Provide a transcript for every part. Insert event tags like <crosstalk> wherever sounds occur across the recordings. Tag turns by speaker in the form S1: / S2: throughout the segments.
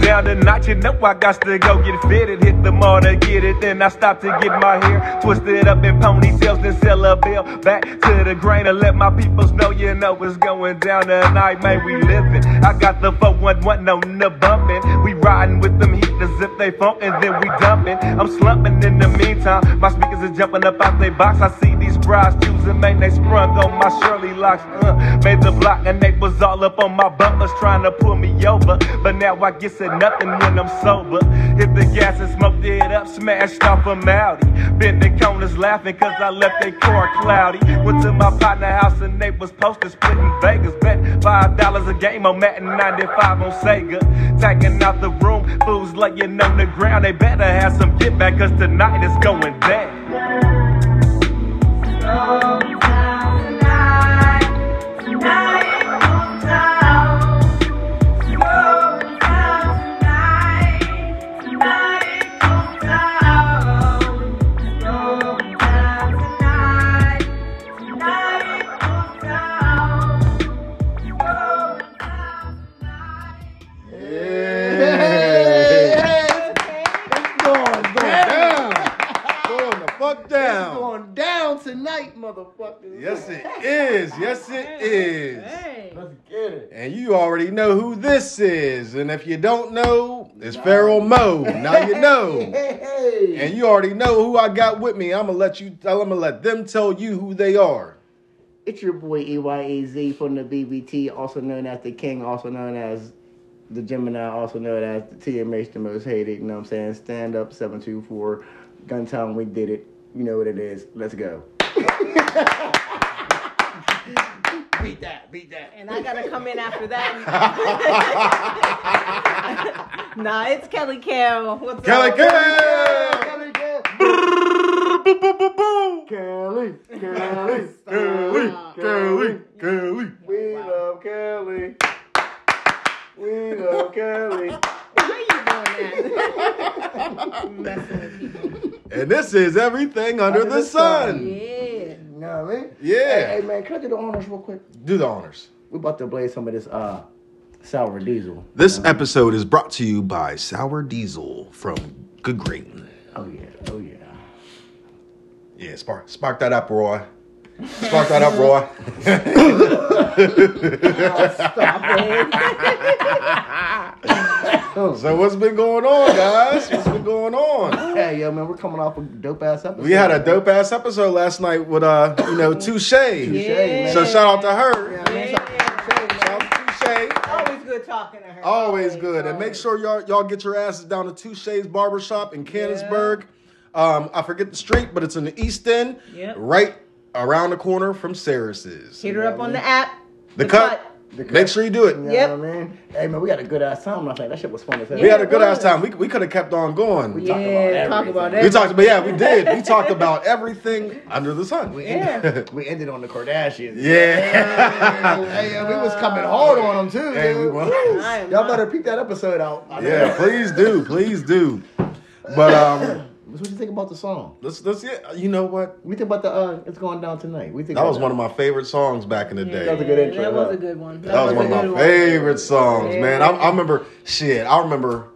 S1: got you know I got to go get fitted. Hit the mall to get it, then I stop to get my hair twisted up in ponytails, then sell a bill back to the grain and let my peoples know you know what's going down tonight, man. We living. I got the 411 on the bumpin'. We riding with them heaters if they funkin', then we dumpin'. I'm slumping in the meantime. My speakers are jumping up out they box. I see these brides choosing, man. They sprung on my Shirley locks. Uh, made the block and they was all up on my bumpers trying to pull me over. But now I get said nothing when I'm sober. Hit the gas and smoked it up, smashed off a Audi. Been the corners laughing cause I left their car cloudy. Went to my partner house and they was posted splitting Vegas. Bet five dollars a game on Matt and 95 on Sega. Tagging out the room, fools laying on the ground. They better have some get back cause tonight it's going down.
S2: Going the fuck down.
S3: Going down tonight, motherfuckers.
S2: Yes, it is. Yes, it is.
S4: Hey.
S3: Let's get it.
S2: And you already know who this is. And if you don't know, it's Pharaoh Mo. Now you know.
S3: Hey, hey.
S2: And you already know who I got with me. I'm gonna let you. I'm gonna let them tell you who they are.
S3: It's your boy EYAZ from the BBT, also known as the King, also known as the Gemini, also known as the TMH, the most hated. You know what I'm saying? Stand up 724, gun time, we did it. You know what it is. Let's go. beat that, beat that.
S4: And I gotta come in after that. <laughs> nah, it's Kelly Kale. What's
S2: Kelly
S4: up?
S2: K.
S3: Kelly, Kelly, Kelly, Kelly,
S2: Kelly, Kelly, Kelly.
S3: we love Kelly. We love Kelly.
S4: Why you doing that? Messing with people.
S2: And this is everything under the sun.
S4: Yeah.
S3: You know what I mean?
S2: Yeah.
S3: Hey, hey, man, can I do the honors real quick?
S2: Do the honors.
S3: We about to blaze some of this uh sour diesel.
S2: This episode is brought to you by Sour Diesel from Good Green.
S3: Oh yeah, oh yeah.
S2: Yeah, spark spark that up, Roy. Spark that up,
S3: <laughs>
S2: Roy. so what's been going on, guys? What's been going on?
S3: Hey yo, man, we're coming off a dope ass episode.
S2: We had a dope ass episode last night with uh, you know, Touche.
S3: Touche, man.
S2: So shout out to her.
S3: Yeah, man, so-
S2: Shout out to Touche.
S4: Always good talking to her.
S2: Always good. And make sure y'all y'all get your asses down to Two Shades Barbershop in Cannonsburg. Um, I forget the street, but it's in the East End,
S4: Yep.
S2: right around the corner from Saras's.
S4: Hit her up on the app.
S2: The cut.
S3: The cut.
S2: Make sure you do it.
S3: You know
S4: Yep.
S3: what I mean? Hey man, we had a good ass time last night. That shit was fun as hell.
S2: We had a
S4: it
S2: good ass
S4: was.
S2: time. We, we could have kept on going. We,
S3: talked
S4: Yeah,
S3: about
S4: talk about
S3: everything.
S4: that.
S2: talked, but yeah, we did. We talked about everything under the sun.
S3: We
S2: Yeah.
S3: ended, <laughs> we ended on the Kardashians.
S2: yeah.
S3: hey, yo, we was coming hard on them too.
S2: Hey, we
S3: dude.
S2: was.
S3: Woo.
S4: I am
S3: Y'all
S4: not-
S3: better peep that episode out. I know.
S2: please do. Please do. But um
S3: What you think about the song?
S2: let's let's get you know what?
S3: We think about the uh, it's going down tonight. We think
S2: That was one of my favorite songs back in the day.
S3: That was a good intro,
S4: That was
S3: huh?
S4: a good one.
S2: That was one
S4: a
S2: of
S4: good
S2: my favorite songs,
S4: Yeah.
S2: man. I, I remember, shit. I remember,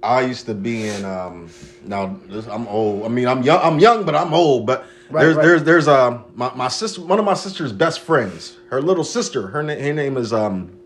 S2: I used to be in. Um, now this, I'm old. I mean, I'm young. I'm young, but I'm old. But
S3: Right,
S2: there's
S3: right.
S2: there's there's um my, my sister, one of my sister's best friends, her little sister. Her na- her name is um,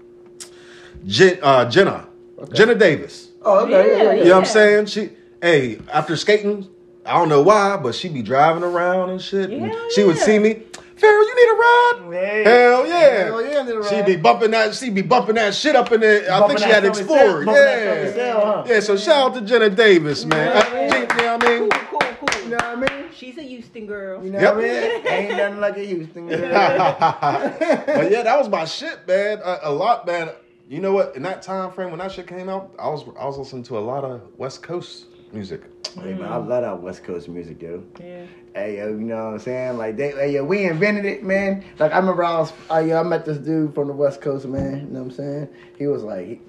S2: Jen, uh, Jenna, Jenna Davis.
S3: Oh, okay. Yeah, yeah,
S2: You know
S3: yeah.
S2: what I'm saying? She, hey, after skating, I don't know why, but she be driving around and shit. and
S4: Hell
S2: she would
S4: yeah.
S2: see me, Pharaoh, you need a ride?
S3: Hey.
S2: Hell yeah.
S3: Hell yeah, need a
S2: She
S3: ride.
S2: be bumping that, she be bumping that shit up in there. I think she had Explorer. Yeah. Yeah, so shout out to Jenna Davis, man.
S3: Yeah.
S2: Uh, she- you know what I mean?
S3: <laughs>
S4: Cool, cool, cool.
S3: You know what I mean?
S4: She's a Houston girl.
S3: You know
S2: Yep.
S3: what I mean? Ain't nothing like a Houston
S2: <laughs>
S3: girl.
S2: but yeah, that was my shit, man. A, a lot, man. You know what? In that time frame when that shit came out, I was I was listening to a lot of West Coast music.
S3: Hey, man, I love that West Coast music, dude.
S4: Yeah.
S3: Hey, yo, you know what I'm saying? Like, they, hey, yo, we invented it, man. Like, I remember I was, I, yo, I met this dude from the West Coast, man. You know what I'm saying? He was like, he-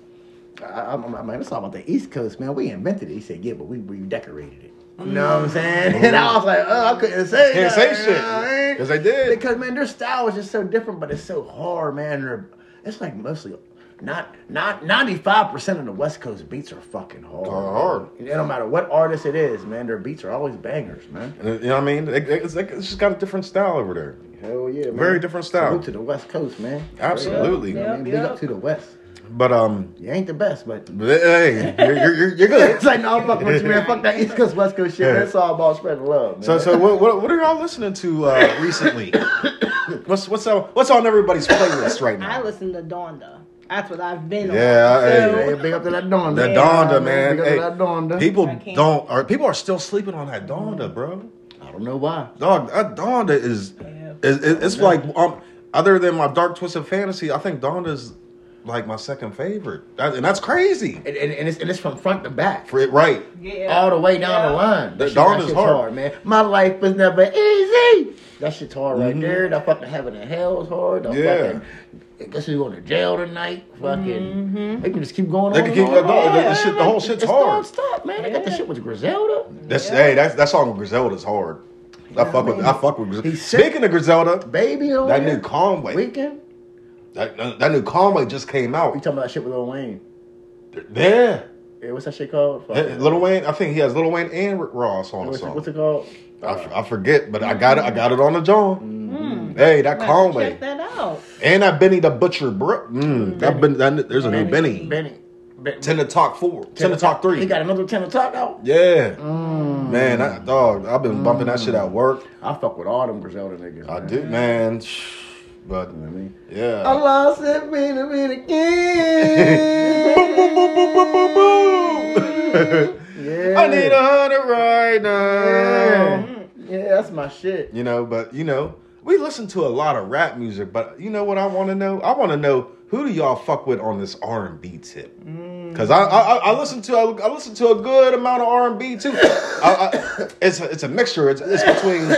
S3: I, I'm, I'm, man, it's all about the East Coast, man. We invented it. He said, yeah, but we redecorated it. You know what I'm saying? <laughs> And I was like, oh, I couldn't say
S2: Can't
S3: nothing,
S2: say
S3: you know what I
S2: shit
S3: mean?
S2: because I did.
S3: Because man, their style is just so different, but it's so hard, man. They're, it's like mostly Not not ninety five percent of the West Coast beats are fucking hard.
S2: Are hard.
S3: It don't matter what artist it is, man. Their beats are always bangers, man.
S2: You know what I mean? It- It's, it's just got a different style over there.
S3: Hell yeah, man.
S2: Very different style.
S3: Salute to the West Coast, man.
S2: Absolutely.
S3: You know what I mean? Big up to the West.
S2: But um,
S3: You ain't the best, but
S2: hey, you're, you're, you're- you're good.
S3: it's like no, fuck with you, man. Fuck that East Coast West Coast shit.
S2: Yeah.
S3: man. It's all about spreading love, man.
S2: So, so what, what, what are y'all listening to uh, recently? <coughs> what's what's on, what's on everybody's playlist right now?
S4: I listen to Donda. That's what I've been
S2: Yeah, uh,
S4: on. So-
S2: hey,
S3: Hey, big up to that Donda.
S2: that
S4: Yeah,
S2: Donda, man.
S3: Big
S2: Hey,
S3: up to that Donda.
S2: People
S4: I can't.
S2: don't, or people are still sleeping on that Donda, bro.
S3: I don't know why.
S2: Dog, that Donda is, is, is- it's like um, other than my Dark Twisted Fantasy, I think Donda's like my second favorite, That- and that's crazy.
S3: And, and, and, it's, and it's from front to back.
S2: For it, right?
S4: Yeah.
S3: All the way down the
S4: Yeah.
S3: line.
S2: That
S3: shit-
S2: Donda's
S3: shit's
S2: hard.
S3: man. My life was never easy. That shit's hard right there. That fucking heaven and hell is hard. That
S2: Mm-hmm. Yeah.
S3: fucking, I guess we going to jail tonight. Fucking,
S4: Mm-hmm.
S3: they can just keep going
S2: They
S3: on
S2: can keep
S3: and on
S2: that
S3: and on.
S2: Donda. The, shit, the whole shit's
S3: It's
S2: hard.
S3: nonstop, man. They got the shit with Griselda.
S2: That's hey, that's that song with Griselda's hard. I fuck with I fuck with Griselda.
S3: He's sick. Oh,
S2: Speaking of Griselda,
S3: Baby on
S2: that
S3: there.
S2: new Conway,
S3: Weekend.
S2: that, that that new Conway just came
S3: We
S2: out.
S3: talking about that shit with Lil Wayne.
S2: Yeah,
S3: Yeah, what's that shit called? Fuck.
S2: Hey, Lil Wayne. I think he has Lil Wayne and Rick Ross on the
S3: what's, it,
S2: song.
S3: what's it called?
S2: I, f- I forget, but I got it. I got it on the John.
S3: Mm-hmm.
S2: Hey, that
S4: Let's
S2: Conway
S4: Check that out.
S2: and that Benny the Butcher, bro. Mm, that ben, that, there's a new Benny.
S3: Benny. Ben-
S2: Ten to talk four. Ten to talk three.
S3: He got Mm. another ten o'clock out.
S2: yeah, man, that, dog. I've been bumping that shit at work.
S3: I fuck with all them Griselda niggas.
S2: I
S3: man.
S2: do, man. But
S3: Mm. You know what I mean?
S2: yeah.
S3: I lost it, been a bit again.
S2: boom, boom, boom, boom, boom, boom, <laughs> boom.
S3: Yeah.
S2: I need a hundred right now.
S3: Yeah. yeah, that's my shit.
S2: You know, but you know, we listen to a lot of rap music, but you know what I want to know? I want to know who do y'all fuck with on this R and B tip? Cause I, I I- I listen to I, listen to a good amount of R and B too. I, I, it's a, it's a mixture. It's, it's between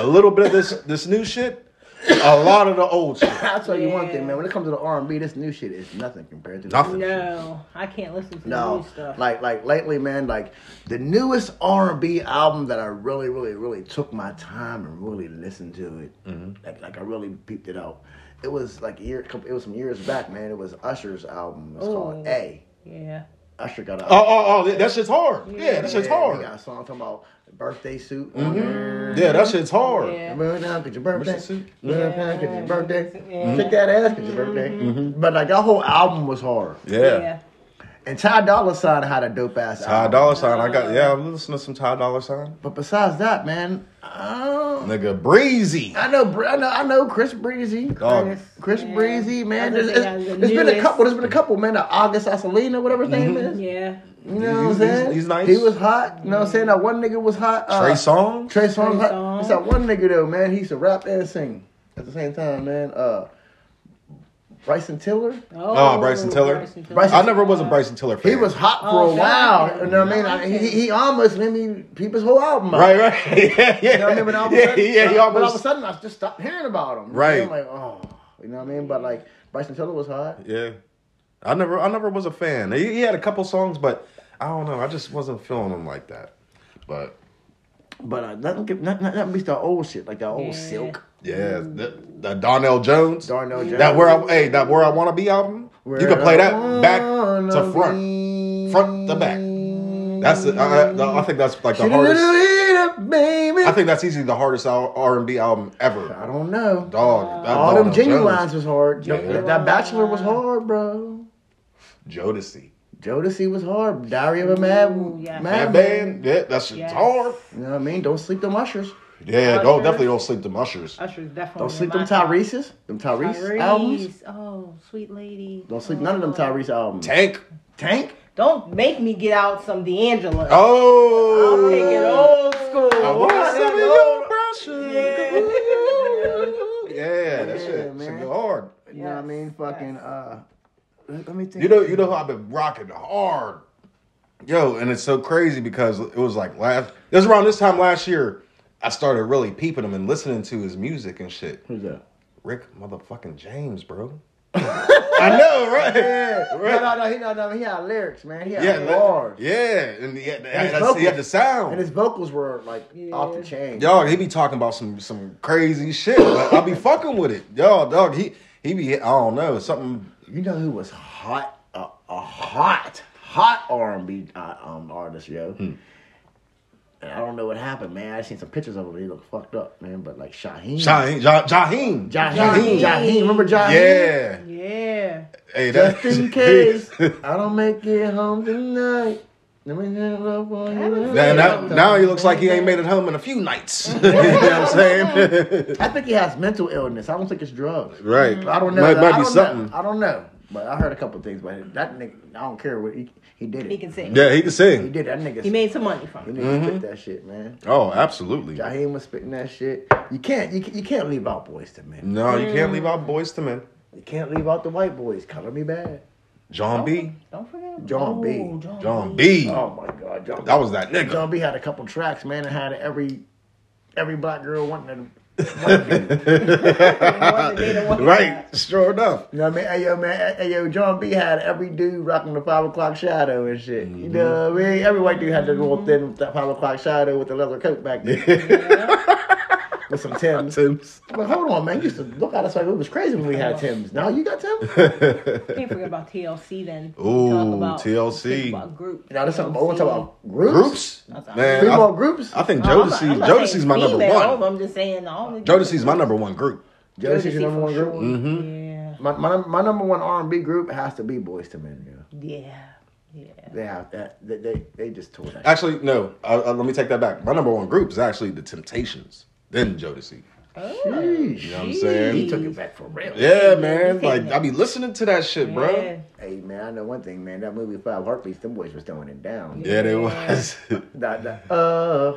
S2: a little bit of this this new shit, a lot of the old shit.
S3: I'll tell you one
S4: Yeah.
S3: thing, man. When it comes to the R and B, this new shit is nothing compared to the
S2: Nothing.
S4: No, I can't listen to the
S3: No,
S4: new stuff.
S3: like like lately, man. Like the newest R and B album that I really, really, really took my time and really listened to it.
S2: Mm-hmm.
S3: Like like I really peeped it out. It was like a year. couple- It was some years back, man. It was Usher's album. It's called
S4: Ooh.
S3: A.
S4: yeah.
S3: Usher got an
S2: Oh oh oh, that shit's hard. Yeah, that shit's
S3: He
S2: hard. Mm-hmm.
S3: got a song talking about birthday suit. on there.
S2: Yeah, that shit's hard.
S4: Yeah.
S3: Run down 'cause your birthday.
S2: Birthday suit.
S3: Run down 'cause your birthday.
S4: Yeah.
S3: Kick that ass 'cause your birthday.
S2: Mm-hmm.
S3: But like that whole album was hard.
S2: Yeah.
S3: And Ty Dolla Sign had a dope ass
S2: Ty
S3: album.
S2: Dollar Sign. I got yeah. I'm listening to some Ty Dollar Sign.
S3: But besides that, man, I, don't-
S2: Nigga, breezy.
S3: I know, Br- I know, I know Chris Breezy,
S2: Dog.
S3: Chris, Chris
S4: Yeah.
S3: Breezy, man.
S4: I
S3: There's,
S4: was
S3: it's,
S4: gonna say,
S3: there's
S4: that's the
S3: been a
S4: newest. Mm-hmm.
S3: couple. There's been a couple, man. The August Asalina, whatever his name is.
S4: Yeah. Mm-hmm.
S3: You know what I'm
S2: He's- he's-
S3: saying?
S2: he's nice.
S3: He was hot. You know what I'm saying? That one nigga was hot. Uh,
S2: Trey Song.
S3: Trey Songz.
S4: Trey
S3: hot.
S4: Songz.
S3: It's that one nigga though, man. He used to rap and sing at the same time, man. Uh, Bryson Tiller.
S2: Oh, Bryson Tiller.
S3: Bryson-
S2: I never was a Bryson Tiller fan.
S3: He was hot for
S4: Oh,
S3: a
S4: that
S3: while.
S4: nigga.
S3: You know what I mean? I- he, he almost made me peep his whole album.
S2: <laughs>
S3: out.
S2: right, right. yeah, yeah.
S3: You know what I mean? But all of a
S2: yeah,
S3: sudden, uh,
S2: yeah. He
S3: but all of a
S2: almost.
S3: sudden, I just stopped hearing about him. You know,
S2: Right.
S3: I'm like, oh, you know what I mean? But like, Bryson Tiller was hot.
S2: Yeah. I never, I never was a fan. He, he had a couple songs, but I don't know. I just wasn't feeling him like that. But
S3: But uh, nothing, not, not, not least the old shit, like the old
S4: Yeah.
S3: Silk,
S2: yeah, the, the Donnell Jones.
S3: Darnell Jones.
S2: That where I, hey, that where I want to be album. you can play that back to front, front to back. That's the, I, I- I think that's like the hardest.
S3: baby.
S2: I think that's easily the hardest R and B album
S3: I
S2: ever.
S3: don't know.
S2: Dog, that
S3: All
S2: Donnell
S3: them
S2: Jones.
S3: genuines was hard.
S2: Yeah.
S3: That- That Bachelor was hard, bro.
S2: Jodeci.
S3: Jodeci was hard. Diary of a Mad,
S4: Ooh, yeah.
S2: That
S3: mad Man.
S2: band, yeah, that shit's
S4: Yes.
S2: hard.
S3: You know what I mean? Don't sleep them ushers.
S2: Yeah,
S4: Ushers.
S2: don't definitely don't sleep the mushers.
S4: Usher's definitely.
S3: Don't sleep
S4: in
S3: them
S4: my top.
S3: Tyrese's. Them Oh, Tyrese,
S4: Tyrese.
S3: albums.
S4: Oh, sweet lady.
S3: Don't sleep none of them Tyrese albums.
S2: Tank.
S3: Tank.
S4: Don't make me get out some D'Angelo. I'll
S2: Oh,
S4: take it old school.
S2: I want some of your brushes.
S4: Yeah.
S2: Yeah, that
S3: Yeah,
S2: shit, shit
S3: man.
S2: go hard.
S3: You know what I mean? Fucking. Uh, let let me think.
S2: You know, you know how I've been rocking hard. Yo, and it's so crazy because it was like last. It was around this time last year. I started really peeping him and listening to his music and shit.
S3: Who's that?
S2: Rick motherfucking James, bro. I know, right?
S3: Yeah.
S2: right.
S3: No, no, no, he, no, no. He had lyrics, man. He had
S2: Yeah, but-
S3: bars.
S2: yeah, and he had,
S3: his
S2: that's- he had the
S3: vocals.
S2: sound.
S3: And his vocals were like off the
S4: Yeah.
S3: chain.
S2: Y'all, he be talking about some some crazy shit, but I be fucking with it. Y'all, dog, he he be I don't know something
S3: You know who was hot? A, a hot, hot R and B uh, um, artist, yo.
S2: Hmm.
S3: And I don't know what happened, man. I seen some pictures of him. He looked fucked up, man. But like Shaheen,
S2: Jaheim, Ja- Jaheim,
S4: Jaheim.
S3: Jaheen, Jaheen. Remember Jaheen?
S2: Yeah.
S4: Yeah.
S2: Hey, that-
S3: Just
S2: <laughs>
S3: in case I don't make it home tonight. Let me hang up on you.
S4: That-
S2: now, now, now he looks like he ain't made it home in a few nights. <laughs> you know what I'm
S3: <laughs>
S2: saying?
S3: I think he has mental illness. I don't think it's drugs.
S2: right.
S3: I don't know.
S2: Might, might
S3: I
S2: be
S3: don't
S2: something.
S3: Know. I don't know. But I heard a couple things about him. That nigga, I don't care what he, he did it.
S4: He can sing.
S2: Yeah, he can
S3: He
S2: sing.
S3: did that nigga.
S4: He made some money from
S3: He
S4: it.
S3: nigga
S2: Mm-hmm.
S3: spit that shit, man.
S2: Oh, absolutely.
S3: Jaheim was spitting that shit. You can't, you, can- you can't leave out boys to men.
S2: No, you can't leave out boys to men.
S3: You can't leave out the white boys. Color me bad.
S2: John B.
S4: Don't forget
S3: John B.
S4: Oh, John,
S2: John B.
S3: Oh my God, John.
S2: That was that nigga.
S3: John B had a couple tracks, man, and had every every black girl wanting to. wanting to be.
S2: <laughs> Right. Sure enough.
S3: You know what I mean? Hey, yo, man. Hey, yo, John B had every dude rocking the five o'clock shadow and shit. You know what I mean? Every white dude had the
S4: Mm-hmm.
S3: little thin with that five o'clock shadow with the leather coat back there with
S2: <laughs>
S3: some Tims.
S2: Tim's.
S3: But hold on, man. You used to look at us like it was crazy when we had Tims. Now you got Tims?
S4: Can't forget about TLC then.
S2: Ooh,
S4: Talk about-
S2: TLC.
S4: think About group.
S3: Now there's something I want to talk about. Groups?
S2: Groups? Man,
S3: Female
S2: I,
S3: groups?
S2: I think
S4: Oh, I'm not-
S2: Jodeci,
S4: I'm not
S2: Jodeci's
S4: saying
S2: my number
S4: female,
S2: one.
S4: I'm just saying. I only-
S2: Jodeci's my Mm-hmm. number one group.
S3: Jodeci's your number
S4: for
S3: one group?
S4: sure. Yeah.
S3: My, my, num- my number one R&B group has to be Boys to Men. Yeah.
S4: Yeah. Yeah.
S3: They have that. They, they, they just tore that.
S2: Actually, no. I, I- let me take that back. My number one group is actually The Temptations, then Jodeci.
S3: Sheesh.
S2: You know what I'm saying?
S3: He took it back for real.
S2: Yeah,
S4: You
S2: man.
S4: taking
S2: Like
S4: it.
S2: I be listening to that shit,
S4: Yeah.
S2: bro.
S3: Hey man, I know one thing, man. That movie Five Heartbeats, them boys was throwing it down.
S2: Yeah, they was. <laughs>
S3: That, that, uh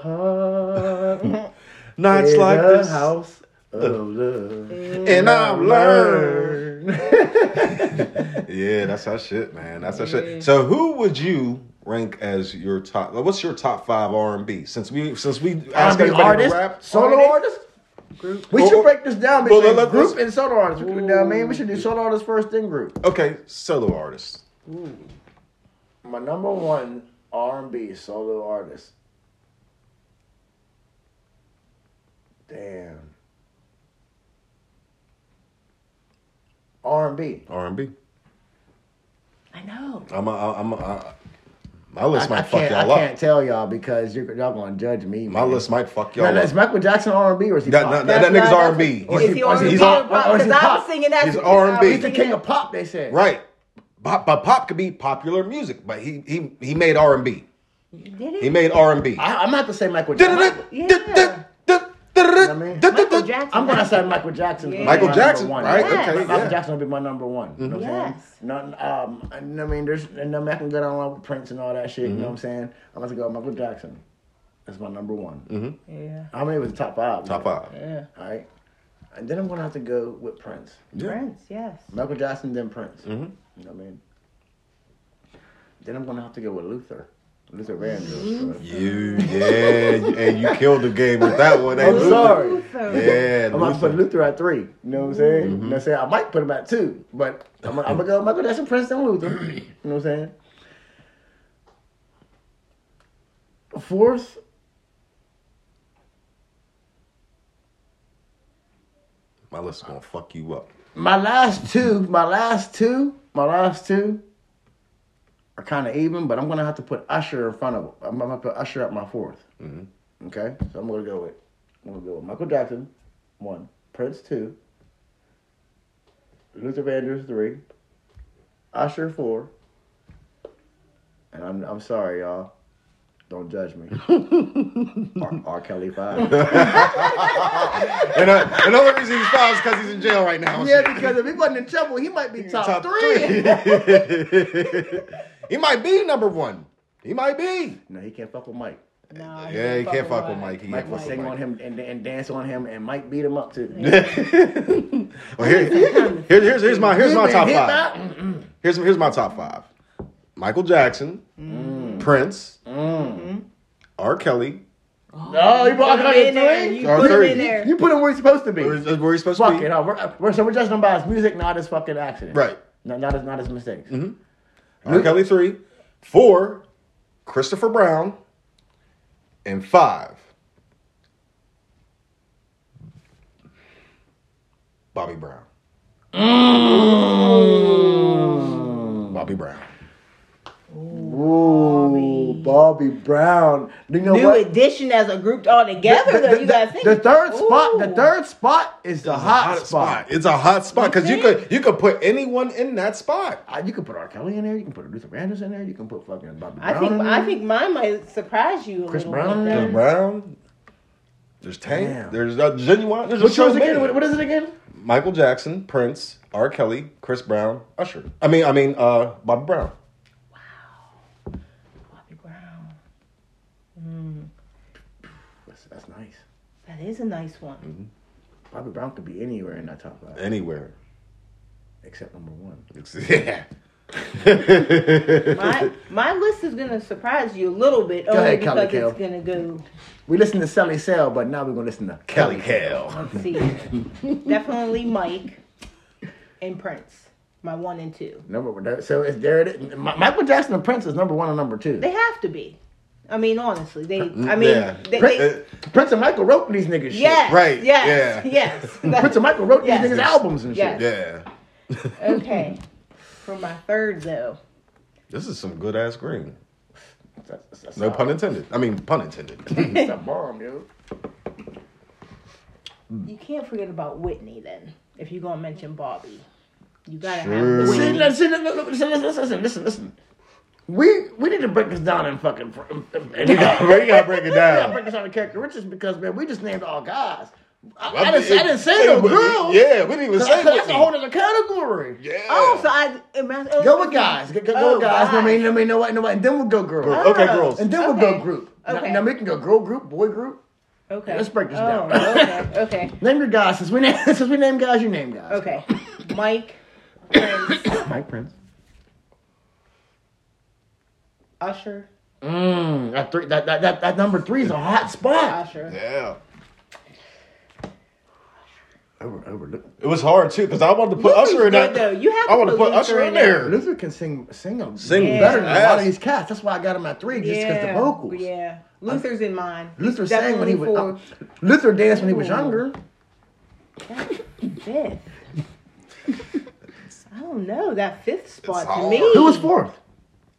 S3: huh.
S2: Nights like
S3: uh-huh. the
S2: this,
S3: house of love.
S2: and I've learned. <laughs> Yeah, that's our shit, man. That's our shit. So, who would you rank as your top? like, What's your top five R and B? Since we since we asked
S3: R&B
S2: everybody to
S3: artist,
S2: rap,
S4: Artist?
S3: solo artist.
S4: Group.
S3: We
S2: Well,
S3: should
S2: well,
S3: break this down.
S2: well,
S3: between
S2: let- let's-
S3: group and solo artists. You know what I mean? We should do solo artists first, then group.
S2: okay, solo artist.
S3: My number one R and B solo artist. Damn. R and B.
S2: R and B.
S4: I know.
S2: I'm a, I'm a, I, my list
S3: I
S2: might fuck
S3: can't, I
S2: y'all up.
S3: can't tell y'all because you're y'all gonna judge me.
S2: My
S3: man.
S2: list might fuck
S3: No,
S2: y'all
S3: no, is
S2: up.
S3: Michael Jackson R and B or is he?
S2: That- no,
S3: pop?
S2: that- nigga's R&B.
S3: Or
S4: Is he
S3: or
S4: R&B?
S2: Oh, he's
S4: He's
S2: R-
S3: or is
S4: Because I was
S3: he pop?
S4: singing that.
S2: He's
S4: shit. I was
S2: R&B.
S3: He's the
S4: singing
S3: king
S4: that.
S3: of pop. They said.
S2: Right, pop, but pop could be popular music, but he he he made R and B.
S4: Did he?
S2: He made R and B.
S3: I, I'm gonna have to say Michael Jackson.
S2: Michael
S4: Michael Jackson.
S3: I'm gonna say Michael Jackson.
S4: Yeah.
S3: my
S2: Michael
S3: number
S2: Jackson,
S3: one.
S2: right?
S4: Yes.
S2: Okay,
S3: Michael
S2: yeah.
S3: Jackson will be my number one. You know what I'm
S4: Yes.
S3: saying? No, um, I mean, there's, and I mean, I can go down with Prince and all that shit. You know
S2: Mm-hmm.
S3: what I'm saying? I'm gonna go with Michael Jackson. That's my number one.
S4: Yeah.
S3: How many was the top five?
S2: Mm-hmm. Top five.
S4: Yeah.
S3: All right, and then I'm gonna have to go with Prince.
S4: Prince, yes.
S3: Michael Jackson, then Prince.
S2: Mm-hmm.
S3: You know what I mean? Then I'm gonna have to go with Luther. Luther
S4: Mm-hmm.
S3: Vandross. bro.
S2: You, yeah, you, hey, you killed the game with that one. Hey,
S3: I'm
S2: Luther.
S3: sorry.
S2: Yeah,
S3: I'm gonna put
S2: Luther.
S3: Luther at three. You know what I'm saying? You know what I'm saying? I might put him at two, but I'm gonna, I'm gonna go Michael Jackson, Prince, then Luther. You know what I'm saying? Fourth,
S2: My list gonna fuck you up.
S3: my last two, my last two, my last two are kind of even, but I'm gonna have to put Usher in front of. I'm gonna put Usher at my 4th Okay, so I'm gonna go with. I'm gonna go with Michael Jackson, one. Prince two. Luther Vandross three. Usher four. And I'm I'm sorry, y'all. Don't judge me. <laughs> R, R. Kelly five.
S2: And uh, another reason he's five is because he's in jail right now.
S3: <laughs> yeah, because if he wasn't in trouble, he might be top, <laughs> three.
S2: <laughs> he might be number one. He might be.
S3: no, he can't fuck with Mike.
S4: No,
S2: Yeah, he can't fuck with Mike. He
S3: Mike
S2: can't
S3: will
S2: fuck with
S3: sing on
S2: Mike.
S3: him and, and dance on him, and Mike beat him up too. <laughs>
S2: Well, here, here- here's here's my here's my
S3: Hit
S2: top
S3: by-
S2: five. Here's here's my top five: Michael Jackson,
S3: Mm.
S2: Prince, R. Kelly.
S3: No, you brought
S4: Put him in there.
S3: three.
S4: You
S2: Or
S4: put him
S2: thirty.
S4: in there.
S3: You put him where he's supposed to be.
S2: Where is- where he's supposed
S3: Fuck
S2: to
S3: it.
S2: be?
S3: No, we're, we're, so we're judging him by his music, not his fucking accident.
S2: Right.
S3: No, not his not his mistakes.
S2: R. Kelly three, four, Christopher Brown, and five, Bobby Brown.
S3: Mm.
S2: Bobby Brown. Mm-hmm.
S3: Ooh, Bobby Brown. You know
S5: New
S3: what?
S5: edition as a group all together.
S3: The-
S5: though,
S3: the-
S5: you guys think
S3: the third spot. The
S5: Ooh.
S3: third spot is the
S2: It's a
S3: hot, spot.
S2: It's a hot spot because you
S5: Okay.
S2: could you could put anyone in that spot.
S3: Uh, You can put R. Kelly in there. You can put Luther Vandross in there. You can put fucking Bobby Brown.
S5: I think
S3: in
S5: I
S3: there.
S5: think mine might surprise you a
S3: Chris
S5: little
S3: Brown?
S5: bit.
S2: There's
S5: there.
S2: Brown. There's Tank.
S3: Damn.
S2: There's uh, genuine. There's a
S3: Which
S2: so
S3: one's again?
S2: many.
S3: What, what is it again?
S2: Michael Jackson, Prince, R. Kelly, Chris Brown, Usher. I mean, I mean, uh, Bobby Brown.
S5: Bobby Brown.
S3: That's, that's nice.
S5: That is a nice one.
S3: Bobby Brown could be anywhere in that top
S2: <laughs>
S3: five
S2: Anywhere.
S3: except number one.
S2: Yeah.
S5: My my list is gonna surprise you a little bit
S3: Go
S5: only
S3: ahead,
S5: because
S3: Kelly
S5: it's gonna
S3: Cale.
S5: go.
S3: We listened to Sally Sale, but now we're gonna listen to
S2: Kelly Cale.
S5: Let's
S3: <laughs>
S5: see, definitely Mike and Prince. My one and two.
S3: Number one. So it's there. It is. Mi- Michael Jackson and Prince is number one and number two.
S5: They have to be. I mean, honestly, they. I mean,
S2: Yeah.
S5: they,
S3: Prince, uh,
S5: they,
S3: Prince and Michael wrote these niggas.
S5: yes,
S2: Right,
S5: Yes,
S2: yeah.
S5: yes.
S3: Shit. Prince and Michael wrote
S5: Yes.
S3: these niggas albums and
S5: Yes.
S3: shit.
S2: Yeah.
S5: okay. For my third though,
S2: This is some good ass green.
S3: That's- that's- that's
S2: No
S3: all.
S2: pun intended. I mean, pun <laughs> intended.
S3: That's a bomb,
S2: <laughs>
S3: yo.
S5: you can't forget about Whitney. Then, if you're gonna mention Bobby, you gotta
S2: Sure.
S5: have
S3: See,
S5: Whitney.
S3: now, see, now, look, look, listen, listen, listen, listen, listen. We we need to break this down and fucking. fr- And, and,
S2: Right, you gotta break it
S3: We gotta
S2: down.
S3: break this down to characteristics because man, we just named all guys. I, I
S2: I
S3: didn't,
S2: mean,
S3: I didn't say
S2: it-
S3: no
S2: it-
S3: girls.
S2: Yeah, we didn't even
S3: Cause,
S2: say
S3: 'cause that's a whole
S2: that.
S3: other category.
S2: Yeah.
S5: Oh, so I am I- oh,
S3: Go with guys. Go, go, go
S5: Oh,
S3: with guys. No, I
S5: guys.
S3: mean, I mean, no, what, no, what, and then we'll go girls.
S2: Girl. Okay, girls.
S3: And then we'll
S5: Okay.
S3: go group.
S5: Okay.
S3: Now, now we can go girl group, boy group.
S5: Okay.
S3: Let's break this
S5: Oh,
S3: down.
S5: okay. Okay.
S3: Name your guys. Since we name, <laughs> since we name guys, you name guys.
S5: Okay. Mike, Prince,
S3: <coughs> Mike Prince.
S5: Usher,
S3: Mm, that, three, that, that, that, that number three is a hot spot.
S5: Usher.
S2: Yeah.
S3: Over, overlooked.
S2: It was hard too because I wanted to put
S5: Luther's
S2: Usher in
S5: good,
S2: that.
S5: though. You have
S2: I
S5: to
S2: wanted to
S5: put
S2: put Usher
S5: Luther
S2: in
S5: in
S2: there.
S3: Luther can sing sing, a,
S2: Sing
S5: Yeah.
S3: better than a lot
S2: ass.
S3: of these cats. That's why I got him at three, just because
S5: yeah.
S3: the vocals.
S5: Yeah. Luther's in mine.
S3: Luther
S5: He's
S3: sang when he was.
S5: definitely
S3: uh, Luther danced when he was
S5: Ooh.
S3: younger.
S5: fourth. fifth.
S3: <laughs>
S5: I don't know that fifth spot
S2: It's
S5: to me.
S2: hard.
S3: Who was fourth?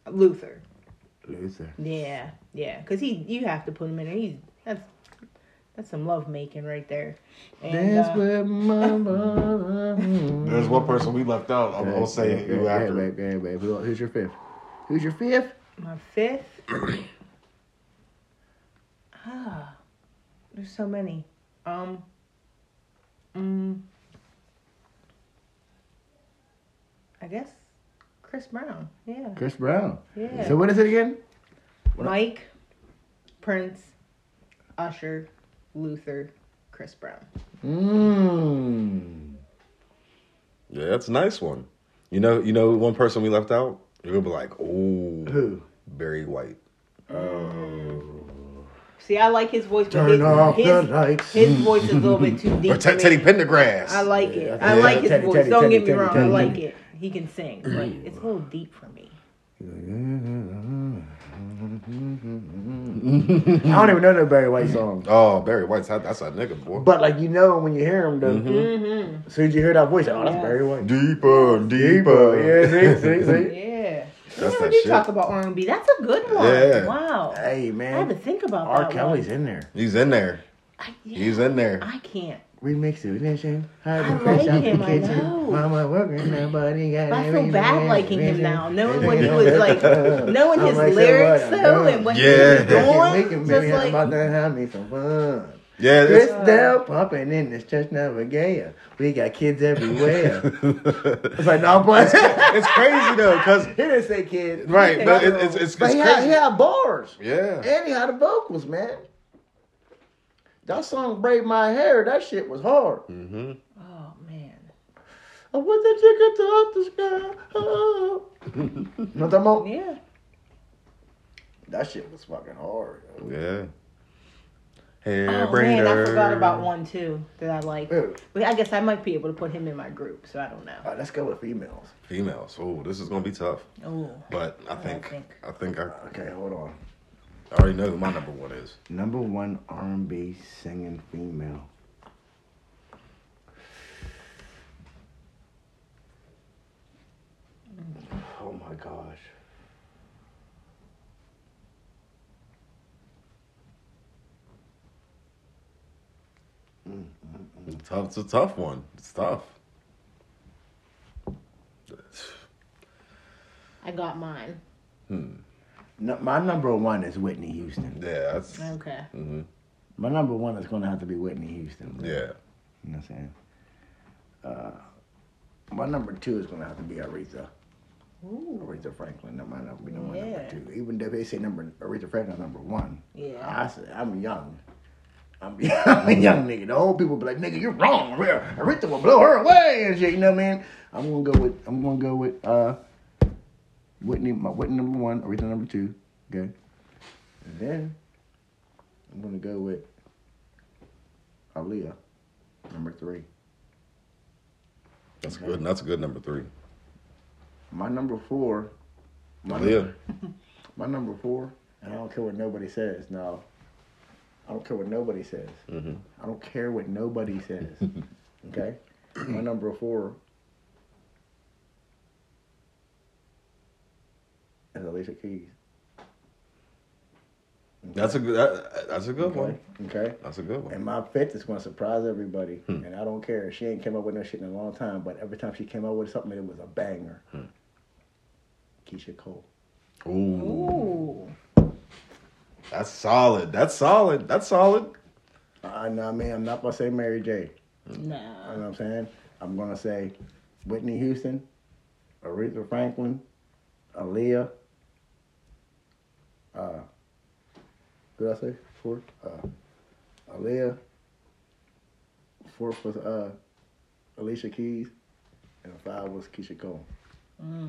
S5: Luther?
S3: Luther.
S5: Yeah, yeah. Cause he, you have to put him in there. He's that's that's some love making right there. And,
S3: Dance
S5: uh,
S3: with my Hmm. brother.
S2: There's one person we left out. I'm gonna say who after.
S3: Wait, wait, wait, wait. Who- Who's your fifth? Who's your fifth?
S5: My fifth. <coughs> ah, there's so many. Um. Mm, I guess Chris Brown. Yeah.
S3: Chris Brown.
S5: Yeah.
S3: So what is it again?
S5: Mike, Prince, Usher, Luther, Chris Brown.
S3: Mmm.
S2: Yeah, that's a nice one. You know, you know, one person we left out. You're gonna be like, oh,
S3: Who?
S2: Barry White.
S5: See, I like his voice, but
S3: Turn
S5: his,
S3: off
S5: his,
S3: the lights.
S5: his voice is a little bit too deep.
S2: Or Ted
S5: for
S2: Teddy
S5: me.
S2: Pendergrass.
S5: I like it.
S3: Yeah,
S5: I
S2: yeah.
S5: like his
S3: Teddy,
S5: voice.
S3: Teddy,
S5: Don't
S3: Teddy,
S5: get me
S3: Teddy,
S5: wrong.
S3: Teddy. Mm.
S5: I like it. He can sing, but it's a little deep for me.
S3: I don't even know no Barry White song.
S2: oh, Barry White's that, that's a nigga boy.
S3: But like you know when you hear him though, as soon as you hear that voice, oh that's
S5: Mm-hmm. Yeah.
S3: Barry White.
S2: deeper, deeper.
S3: Yeah, see, see,
S5: <laughs>
S3: see.
S5: Yeah.
S2: That's
S5: yeah, we
S2: that
S5: do
S2: shit.
S5: talk about R and B. That's a good one.
S2: Yeah.
S5: Wow.
S3: Hey
S5: I had to
S3: man,
S5: think about that.
S3: R.
S5: one.
S3: Kelly's in there.
S2: He's in there.
S5: I, yeah,
S2: He's in there.
S5: I can't.
S3: Remix it, nation. Hide
S5: I
S3: the fish
S5: like
S3: out the
S5: him, I
S3: kitchen.
S5: know.
S3: Mama working, nobody got
S5: But I
S3: everything
S5: feel bad
S3: in
S5: liking him
S3: vision.
S5: now, knowing
S3: <laughs>
S5: what he was like, knowing
S3: I'm
S5: his
S3: like, so
S5: lyrics
S3: what? I'm
S5: though,
S3: done.
S5: and
S3: <laughs>
S5: what
S2: Yeah.
S5: he was
S3: Make him,
S5: doing.
S3: baby,
S5: Just
S3: I'm
S5: like,
S3: about to have me some fun.
S2: Yeah,
S3: Chris
S2: it's,
S3: Dell popping in this church navigator. We got kids everywhere.
S2: <laughs>
S3: it's like, no, I'm <laughs> playing.
S2: it's crazy though, cause
S3: he didn't say kids.
S2: right, but it, it's it's, it's
S3: But he
S2: crazy.
S3: had, he had bars.
S2: Yeah,
S3: And he had the vocals, man. That song Braid My Hair, that shit was hard.
S2: Mm-hmm.
S5: oh man,
S3: I want that chicken to up the sky. Oh. you know what I'm talking about?
S5: yeah.
S3: That shit was fucking hard. yo.
S2: yeah. Hair
S5: Oh man,
S2: brainer.
S5: I forgot about one too that I like.
S3: Who?
S5: But I guess I might be able to put him in my group, so I don't know.
S3: All right, let's go with females.
S2: Females. Oh, this is gonna be tough.
S5: Oh,
S2: But I think
S5: think.
S2: I think I,
S3: Okay, hold on.
S2: I already know who my number one is.
S3: Number one R&B singing female.
S2: Oh my gosh. It's tough. It's a tough one. It's tough.
S5: I got mine.
S3: No, my number one is Whitney Houston.
S2: Yeah, that's
S5: Okay.
S3: My number one is going to have to be Whitney Houston. bro.
S2: yeah.
S3: You know what I'm saying? Uh, my number two is going to have to be Aretha.
S5: Ooh.
S3: Aretha Franklin. That might not be number one,
S5: Yeah.
S3: number two. Even though they say number Aretha Franklin's number one.
S5: Yeah.
S3: I said, I'm young. I'm, <laughs> I'm a young nigga. The old people be like, nigga, you're wrong. Aretha will blow her away and shit. You know what I mean? I'm gonna go with I'm gonna go with uh Whitney my Whitney number one, Aretha number two. Okay. And then I'm gonna go with Aaliyah, number three.
S2: That's good. That's a good number three.
S3: My number four. My
S2: Aaliyah.
S3: My number four, and I don't care what nobody says. No, I don't care what nobody says. I don't care what nobody says. okay, my number four is Alicia Keys.
S2: That's a good. That, that's a good
S3: Okay,
S2: one.
S3: okay.
S2: That's a good one.
S3: And my fifth is going to surprise everybody, and I don't care. She ain't came up with no shit in a long time, but every time she came up with something, it was a banger. Keisha Cole.
S2: Ooh,
S5: Ooh.
S2: that's solid. That's solid. That's solid.
S3: I know. I mean, I'm not gonna say Mary J.
S5: <laughs>
S3: You know
S5: Nah.
S3: what I'm saying? I'm gonna say Whitney Houston, Aretha Franklin, Aaliyah. Uh, did I say fourth? Uh, Aaliyah. Fourth was uh, Alicia Keys, and five was Keisha Cole.
S2: Yeah,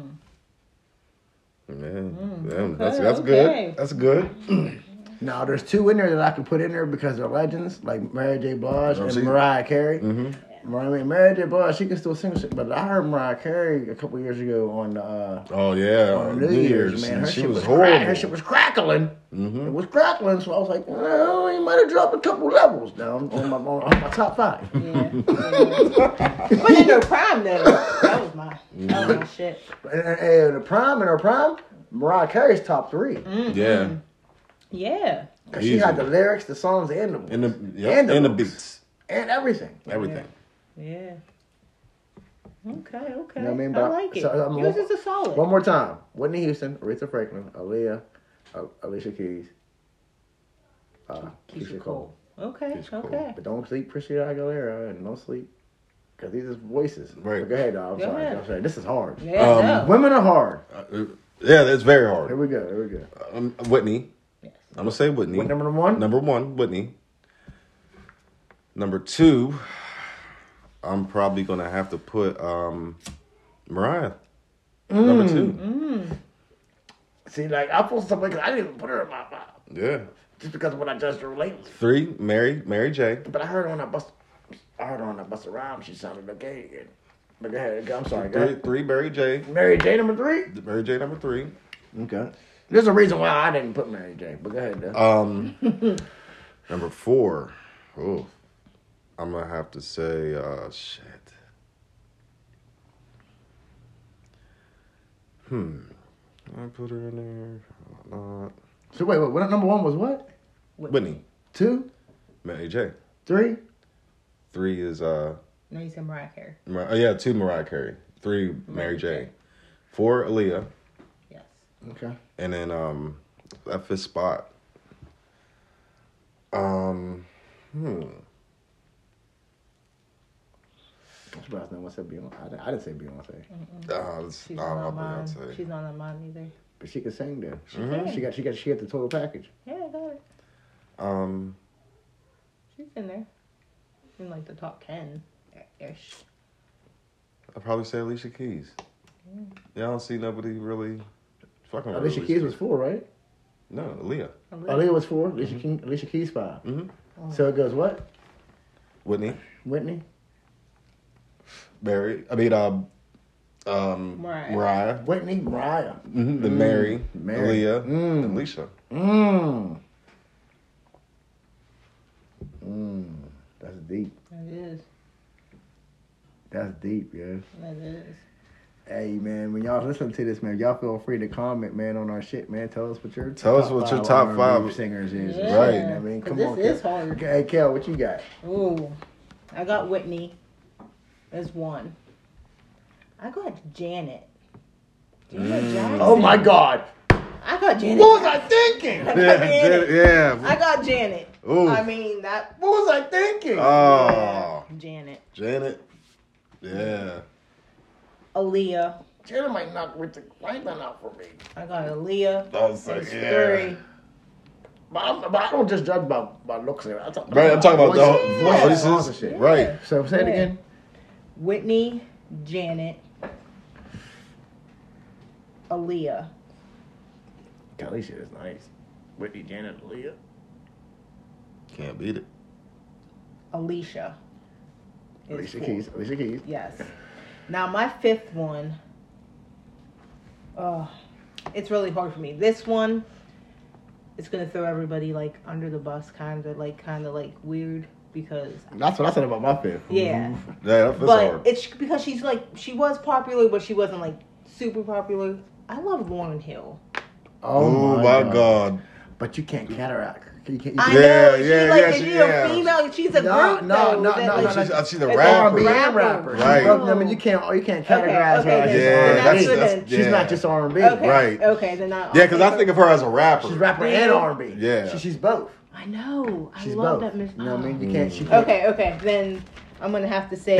S3: Mm,
S2: yeah, that's that's
S5: okay.
S2: good. That's good.
S3: Now there's two in there that I can put in there because they're legends, like Mary J. Blige
S2: Oh,
S3: and
S2: see.
S3: Mariah Carey. Mm-hmm. I mean, Mary J. Blige, she can still sing shit, but I heard Mariah Carey a couple years ago on uh,
S2: Oh yeah,
S3: on New, Year's, man. Her
S2: she
S3: shit
S2: was
S3: was,
S2: horrible.
S3: crack- her shit was crackling. It was crackling, so I was like, well, he might have dropped a couple levels down on my on, on my top five.
S5: Yeah. but in her prime though, that was my that was my shit.
S3: and, and- and the prime and her prime, Mariah Carey's top three
S2: Yeah,
S3: Mm-hmm.
S5: Yeah.
S3: because she had
S2: Mm. Easy.
S3: the lyrics, the songs, and the
S2: in the yeah,
S3: And the
S2: in the
S3: looks.
S2: beats,
S3: and everything.
S2: everything.
S5: Yeah. Okay, okay.
S3: You know what I mean?
S5: I
S3: But I-
S5: like it.
S3: so I'm-
S5: Yours is a solid.
S3: One more time: Whitney Houston, Aretha Franklin, Aaliyah, uh, Alicia Keys, uh, Keisha, Cole.
S5: Okay,
S2: Keisha Cole.
S5: okay.
S3: But don't sleep, Christina Aguilera, and don't sleep because these are voices.
S2: Right.
S3: But go ahead, dog. I'm
S5: Go
S3: sorry.
S5: ahead.
S3: I'm sorry. This is hard.
S5: Yeah,
S2: Um,
S5: no.
S3: Women are hard.
S2: Uh, yeah, that's very
S3: Here
S2: hard.
S3: we go. Here we go.
S2: Um, Whitney,
S5: Yes.
S2: I'm gonna say Whitney.
S3: What number one?
S2: Number one, Whitney. Number two, I'm probably gonna have to put um, Mariah. Number two,
S3: See, like I feel something because I didn't even put her in my my-
S2: yeah.
S3: just because of what I just related. to.
S2: Three, Mary, Mary J.
S3: But I heard her on that bus. I heard her on that bus around. She sounded okay. Again. But go ahead. I'm sorry. Go
S2: Three,
S3: ahead.
S2: three, Mary J.
S3: Mary J. Number three.
S2: Mary J. Number three.
S3: Okay. Uh, There's a reason why I didn't put Mary J. But go ahead. Doug.
S2: Um, number four. Oh, I'm gonna have to say, uh, shit. Hmm. I put her in there. Uh,
S3: so wait, wait. What number one was what?
S2: Whitney,
S3: Two,
S2: Mary J.
S3: three.
S2: Three is uh,
S5: No, you said Mariah Carey.
S2: Mar- oh yeah, two Mariah Carey, three Mary J, four Aaliyah,
S5: Yes.
S3: Okay.
S2: and then um, that fifth spot. Um, hmm.
S3: I'm surprised no one said Beyonce. I didn't, I didn't say Beyonce,
S2: Uh, it's
S5: She's
S2: not
S5: not
S2: my
S5: on mine.
S2: Beyonce.
S5: She's not on mine either.
S3: but she could sing though. She,
S5: Mhm.
S3: she got she got she got the total package.
S5: Yeah, I got it.
S2: Um,
S5: She's in there. In like the top ten ish.
S2: I'd probably say Alicia Keys. Yeah, I don't see nobody really fucking with
S3: Alicia Keys Oh, was four, right?
S2: No, Aaliyah.
S3: Aaliyah was 4 Alicia, King, Alicia Keys 5
S2: Mhm.
S3: So it goes what?
S2: Whitney,
S3: Whitney,
S2: Mary, I mean, um, um,
S5: Mariah.
S2: Mariah,
S3: Whitney, Mariah.
S2: mhm, the Mary,
S3: Mm, Mary.
S2: Aaliyah,
S3: Mm.
S2: Alicia.
S3: Mmm. Mmm. That's deep.
S5: That is.
S3: That's deep, yeah.
S5: That is.
S3: Hey man, when y'all listen to this, man, y'all feel free to comment, man, on our shit, man. Tell us what your
S2: Tell us what your top
S3: R&B
S2: five-
S3: singers is,
S5: Yeah.
S2: Right.
S3: You know what I mean,
S5: 'Cause
S3: come
S5: this
S3: on,
S5: is
S3: Kel.
S5: hard.
S3: Okay, Hey Kel, what you got?
S5: Ooh, I got Whitney as one. I got Janet. Janet Jackson.
S3: Oh my God,
S5: I got Janet.
S3: what was I thinking?
S5: I
S3: What
S5: got Janet. I
S2: <laughs> yeah.
S5: got Janet.
S2: Ooh.
S5: I mean that.
S3: was I thinking?
S2: Oh,
S5: Janet,
S2: Janet. Yeah.
S5: Aaliyah.
S3: Janet might knock Richard Franklin out for me,
S5: I got
S3: Oh,
S5: Aaliyah.
S2: I was like,
S5: That's
S2: yeah.
S5: three.
S3: but, I'm, but I don't just judge by by looks. I'm talking
S2: Right, I'm talking about the
S3: voices,
S2: whole
S3: voices, all this
S2: voices.
S3: shit.
S2: Right.
S3: So say it
S5: Yeah.
S3: again.
S5: Whitney, Janet, Aaliyah.
S3: Kelly shit is nice. Whitney, Janet, Leah.
S2: Can't beat it.
S5: Alicia. is
S3: Alicia
S5: four.
S3: Keys. Alicia Keys.
S5: Yes. Now my fifth one. Oh, it's really hard for me. This one, it's gonna throw everybody like under the bus, kind of like kind of like weird because
S3: That's what I said about my fifth.
S5: yeah,
S3: Mm-hmm.
S2: Yeah, that feels
S5: but
S2: hard.
S5: it's because she's like she was popular, but she wasn't like super popular. I love Lauren Hill.
S2: oh my god.
S3: But you can't cataract. You can't. You
S5: I
S3: can't.
S2: Yeah,
S5: know she
S2: yeah,
S5: like
S2: yeah,
S5: if
S2: she-
S5: you're
S2: yeah.
S5: a female, she's a
S3: No,
S5: group
S3: no,
S5: though,
S3: no,
S5: that,
S3: no,
S5: like,
S3: no,
S2: She's, uh, she's a
S5: It's
S2: rapper.
S3: R&B and
S5: Rapper.
S3: rapper.
S2: Right.
S3: But, I mean, you can't. You can't categorize
S5: okay,
S3: her
S5: then-
S3: as
S2: Yeah,
S3: just
S2: that's-
S3: R&B.
S5: that's-
S3: She's
S2: yeah.
S3: not just R&B.
S5: Okay,
S2: Right.
S5: Okay, then I
S2: Yeah, because I think of her as a rapper.
S3: She's rapper and R&B.
S2: Yeah.
S3: She, she's both.
S5: I know. I
S3: She's
S5: love
S3: both.
S5: that Miss.
S3: You know what I mean? You can't. She
S2: Mm.
S3: can't.
S5: Okay, okay. Then I'm gonna have to
S3: <laughs>
S5: say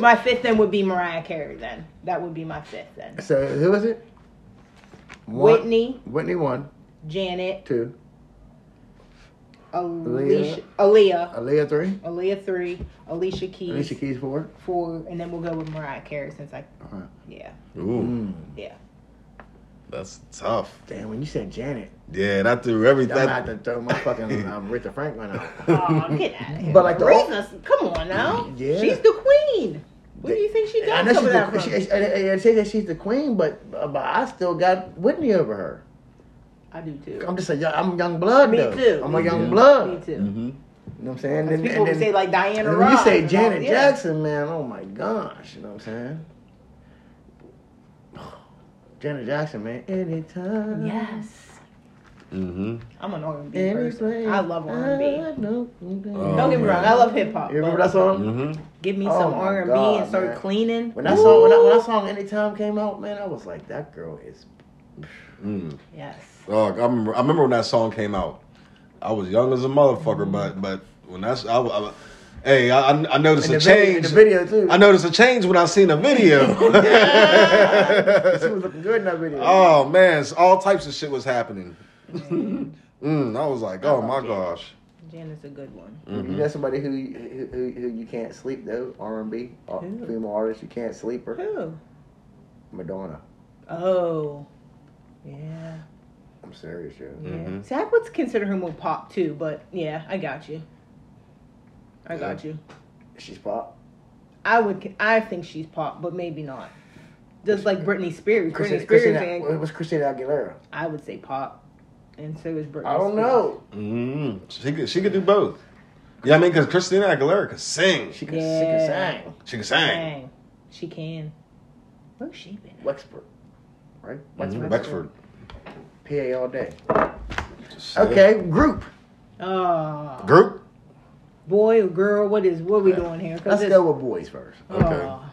S5: my fifth then would be Mariah Carey. Then that would be my fifth then.
S3: So who is it? One-
S5: Whitney,
S3: Whitney one,
S5: Janet,
S3: two,
S5: Alicia, Aaliyah,
S3: Aaliyah three,
S5: Aaliyah three, Alicia Keys,
S3: Alicia Keys four.
S5: four, and then we'll go with Mariah Carey since I,
S3: Uh-huh.
S5: yeah,
S2: Ooh,
S3: Mm.
S5: yeah.
S2: that's tough.
S3: Damn, when you said Janet,
S2: Yeah, that threw everything.
S3: I'm
S2: <laughs>
S3: about to throw my fucking um, Rita Franklin out.
S5: Oh, get out of here!
S3: Mm. But, like, the-
S5: Aretha's- come on now,
S3: Yeah.
S5: she's the queen. What do you think she
S3: I
S5: got
S3: know
S5: some
S3: she's
S5: of that
S3: the,
S5: from?
S3: she, I, I- I say that she's the queen, but uh, but I still got Whitney over her.
S5: I do too.
S3: I'm just a young, I'm young blood.
S5: Me
S3: though.
S5: too.
S3: I'm
S5: Me
S3: a young
S2: too.
S3: blood.
S5: Me too.
S2: hmm
S3: You know what I'm saying?
S5: Because
S3: And
S5: people
S3: and
S5: would say like Diana
S3: and when
S5: Ross.
S3: you say
S5: and all-
S3: Janet
S5: yeah.
S3: Jackson, man, oh my gosh, you know what I'm saying? <sighs> Janet Jackson, man, anytime.
S5: Yes.
S2: hmm
S5: I'm an R&B
S3: Any
S5: person.
S3: place
S5: I love R&B.
S3: I know you can-
S2: Oh,
S5: Don't get me
S2: man.
S5: wrong, I love hip hop.
S3: You remember
S5: but
S3: that
S2: hmm
S3: song?
S5: Give me
S3: Oh
S5: some
S3: my
S5: R&B and
S3: God,
S5: start
S3: man.
S5: cleaning.
S3: When that song, when that, when that song "Anytime" came out, man, I was like, that girl is.
S2: Mm.
S5: Yes.
S2: Oh, I remember. I remember when that song came out. I was young as a motherfucker, but but when that's I, I, hey, I, I I noticed
S3: And
S2: a
S3: the video, and
S2: change.
S3: the video too.
S2: I noticed a change when I seen the
S3: <laughs> she was
S2: video.
S3: looking good in that video.
S2: <laughs> oh man, it's- all types of shit was happening. mm, I was like, oh my gosh.
S5: Janet's a good one.
S3: You know somebody who who, who who you can't sleep though R and B uh,
S5: Who?
S3: female artist you can't sleep her
S5: Who?
S3: Madonna.
S5: Oh. Yeah.
S3: I'm serious, yo.
S5: yeah.
S2: Mhm.
S5: See, I would consider her more pop too, but yeah, I got you. I got you.
S3: She's pop.
S5: I would. I think she's pop, but maybe not. Just like Britney Spears. Britney
S3: Christina,
S5: Spears,
S3: Christina,
S5: and
S3: it was Christina Aguilera.
S5: I would say pop, and so is Britney.
S3: I don't
S5: Spears.
S3: know.
S2: Mm, she could she could do both. Yeah, I mean, because Christina Aguilera could sing.
S3: She
S2: She,
S3: can
S5: Yeah.
S2: she
S3: she can sing.
S2: could sing.
S5: Dang, she can. Where's she been? at?
S3: Wexford, right?
S2: Mhm,
S3: Wexford,
S2: Wexford.
S3: PA all day.
S2: Just, uh,
S3: Okay, group.
S5: Oh,
S2: Group.
S5: boy or girl, what is what we doing here? 'Cause
S3: Let's
S5: it's-
S3: go with boys first.
S5: oh,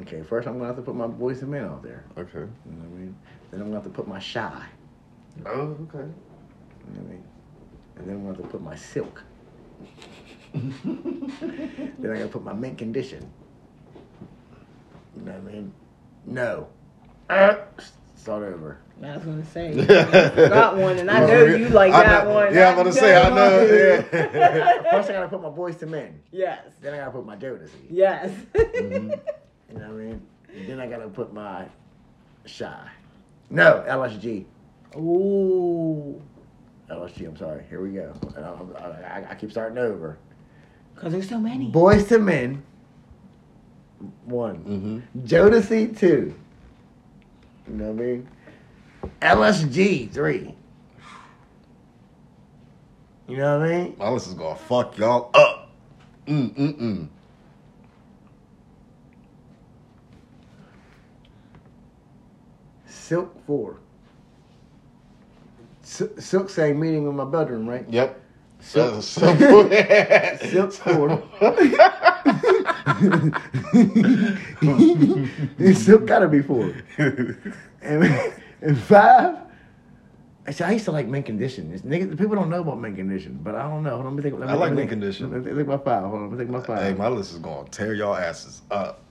S3: Okay, first I'm gonna have to put my boys and men out there.
S2: Okay.
S3: You know what I mean? Then I'm gonna have to put my shy.
S2: Oh, <laughs> okay.
S3: You know what I mean? And then I'm gonna have to put my silk.
S2: Mm-hmm.
S3: then I gotta put my mint condition. You know what I mean? No. Uh, start over. <laughs>
S5: I was gonna say
S2: <laughs>
S5: got one, and I know you like
S2: I
S5: that
S2: know-
S5: one.
S2: Yeah, I'm gonna say I know. Yeah.
S3: First I gotta put my boys to men.
S5: <laughs> Yes,
S3: Then I gotta put my Jodeci.
S5: yes.
S2: Mm-hmm.
S3: You know what I mean? And then I gotta put my shy. No, LSG.
S5: <laughs> Ooh,
S3: LSG, I'm sorry. Here we go. And I'm- I, I, I keep starting over.
S5: cause there's so many.
S3: Boys to men. One.
S2: hmm
S3: Jodeci two. You know what I mean? LSG three. You know what I mean?
S2: My list is gonna fuck y'all up. Mm mm mm.
S3: Silk four. Si- Silk sang meeting in my bedroom, right?
S2: Yep. Uh,
S3: Silk,
S2: That's
S3: <laughs>
S2: simple.
S3: Silk four.
S2: <laughs>
S3: Silk gotta be four. And, and five. I said I used to like mint condition. It's, niggas, people don't know about mint condition, but I don't know. Hold on, let me think. Let me,
S2: I like
S3: let me
S2: mint
S3: think-
S2: condition.
S3: Let me think about five. Hold on, let me think about five.
S2: hey, my list is gonna tear y'all asses up.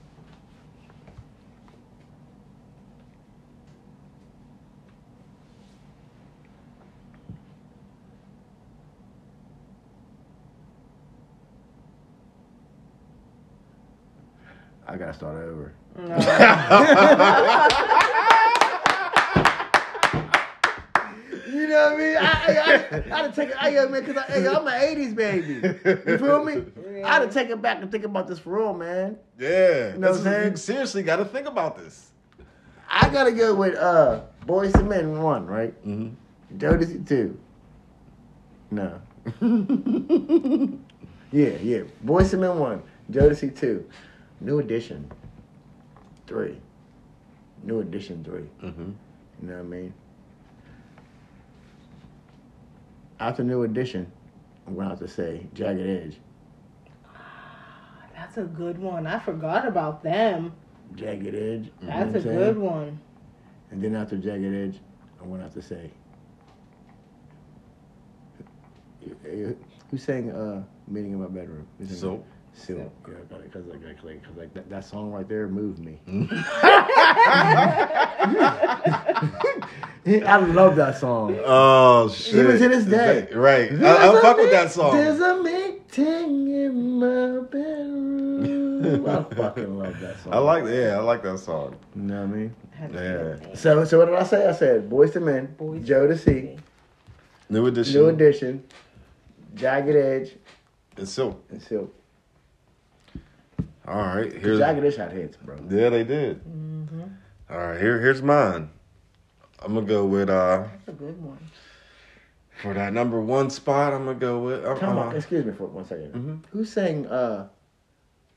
S3: I gotta start over. <laughs> you know what I mean? I, I, I, I'd have taken, I, yeah, man, cause I, I'm an '80s baby. You feel me? I'd have taken back and think about this for real, man.
S2: Yeah.
S3: know
S2: This
S3: what I'm
S2: is-
S3: saying?
S2: you seriously gotta think about this.
S3: I gotta go with uh, Boys to Men one, right?
S2: Mm-hmm.
S3: Jodeci two. No. <laughs> yeah, yeah. Boys to Men one, Jodeci two, New Edition three, New Edition three.
S2: Mm-hmm.
S3: You know what I mean? After New Edition, I'm going to have to say Jagged Edge.
S5: That's a good one. I forgot about them.
S3: Jagged Edge.
S2: Mm-hmm.
S3: you know
S5: That's
S3: what
S5: a
S3: I'm saying?
S5: good
S2: <laughs>
S5: one. <laughs>
S3: And then after Jagged Edge, I'm going to have to say. Who sang uh, Meeting in My Bedroom? Who sang
S2: So
S3: that? Silk. Yeah, I got it. Because like, like, like, 'cause, like, that, that song right there moved me. <laughs> I love that <laughs> song.
S2: <laughs> Oh shit.
S3: mm-hmm. Even to this day.
S2: Exact- Right. I,
S3: There's
S2: I
S3: a
S2: fuck with
S3: mi-
S2: that song.
S3: There's a meeting in my bedroom. I
S2: <laughs>
S3: fucking love that song.
S2: I like yeah, I like that song.
S3: You know what I mean?
S5: That's a
S2: Yeah.
S5: good name.
S3: So, so what did I say? I said Boys to Men,
S5: Boyz
S3: Joe to
S5: II
S3: C,
S5: Men.
S2: New edition.
S3: New Edition, Jagged Edge,
S2: It's so
S3: and Silk.
S2: all right. Here's
S3: Jagged Edge had hits, bro.
S2: Yeah, they did.
S5: Mm-hmm.
S2: All right, here here's mine. I'm gonna go with uh
S5: That's a good one.
S2: for that number one spot. I'm gonna go with. Uh,
S3: Come
S2: uh,
S3: on, excuse me for one second.
S2: Mhm.
S3: Who sang uh,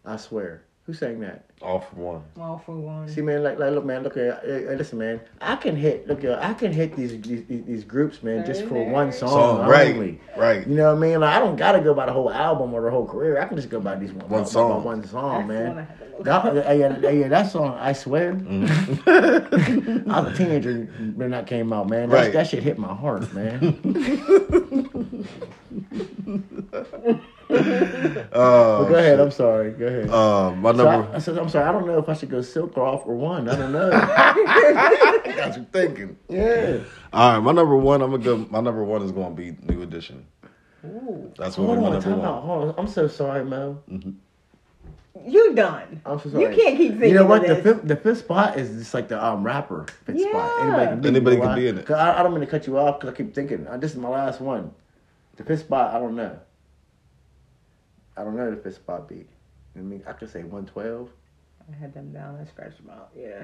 S3: I Swear? Who sang that?
S2: all for one.
S5: All for one.
S3: See, man, like, like, look, man, look, here, hey, hey, listen, man, I can hit, look, here, I can hit these these, these these groups, man, just for one song,
S2: Song, right,
S3: only.
S2: right.
S3: You know what I mean? Like, I don't gotta go by the whole album or the whole career. I can just go by these one,
S2: One
S3: by
S2: song.
S3: one song,
S5: That's the one I
S3: man.
S5: had to look
S3: That, yeah, yeah, yeah, that song, I swear. I was a teenager when that came out, man. That,
S2: Mm-hmm. Right.
S3: that shit hit my heart,
S2: <laughs>
S3: man.
S2: Uh,
S3: But go ahead, I'm sorry. Go ahead.
S2: Oh, uh, my
S3: So I, I
S2: number.
S3: said, I'm sorry. I don't know if I should go silk or off for one.
S2: <laughs>
S3: I don't know.
S2: I got you thinking.
S3: yeah.
S2: All right, my number one. I'm gonna go. My number one is gonna be New Edition.
S5: Ooh.
S2: That's what
S3: Hold
S2: my
S3: on,
S2: number
S3: time
S2: one.
S3: out. Hold on. I'm so sorry, Mo.
S5: You done.
S3: I'm so
S5: You
S3: sorry.
S5: can't keep thinking.
S3: You know what?
S5: Of
S3: The
S5: this.
S3: fifth, the fifth spot is just like the um rapper fifth spot.
S5: Yeah.
S3: Anybody can be,
S2: Anybody
S3: you know
S2: can be
S3: why?
S2: in it.
S3: 'Cause I, I don't mean to cut you off because I keep thinking uh, this is my last one. The fifth spot, I don't know. I don't know the fifth spot beat. I mean, I could say one twelve.
S5: I had them down. I scratched them out. Yeah.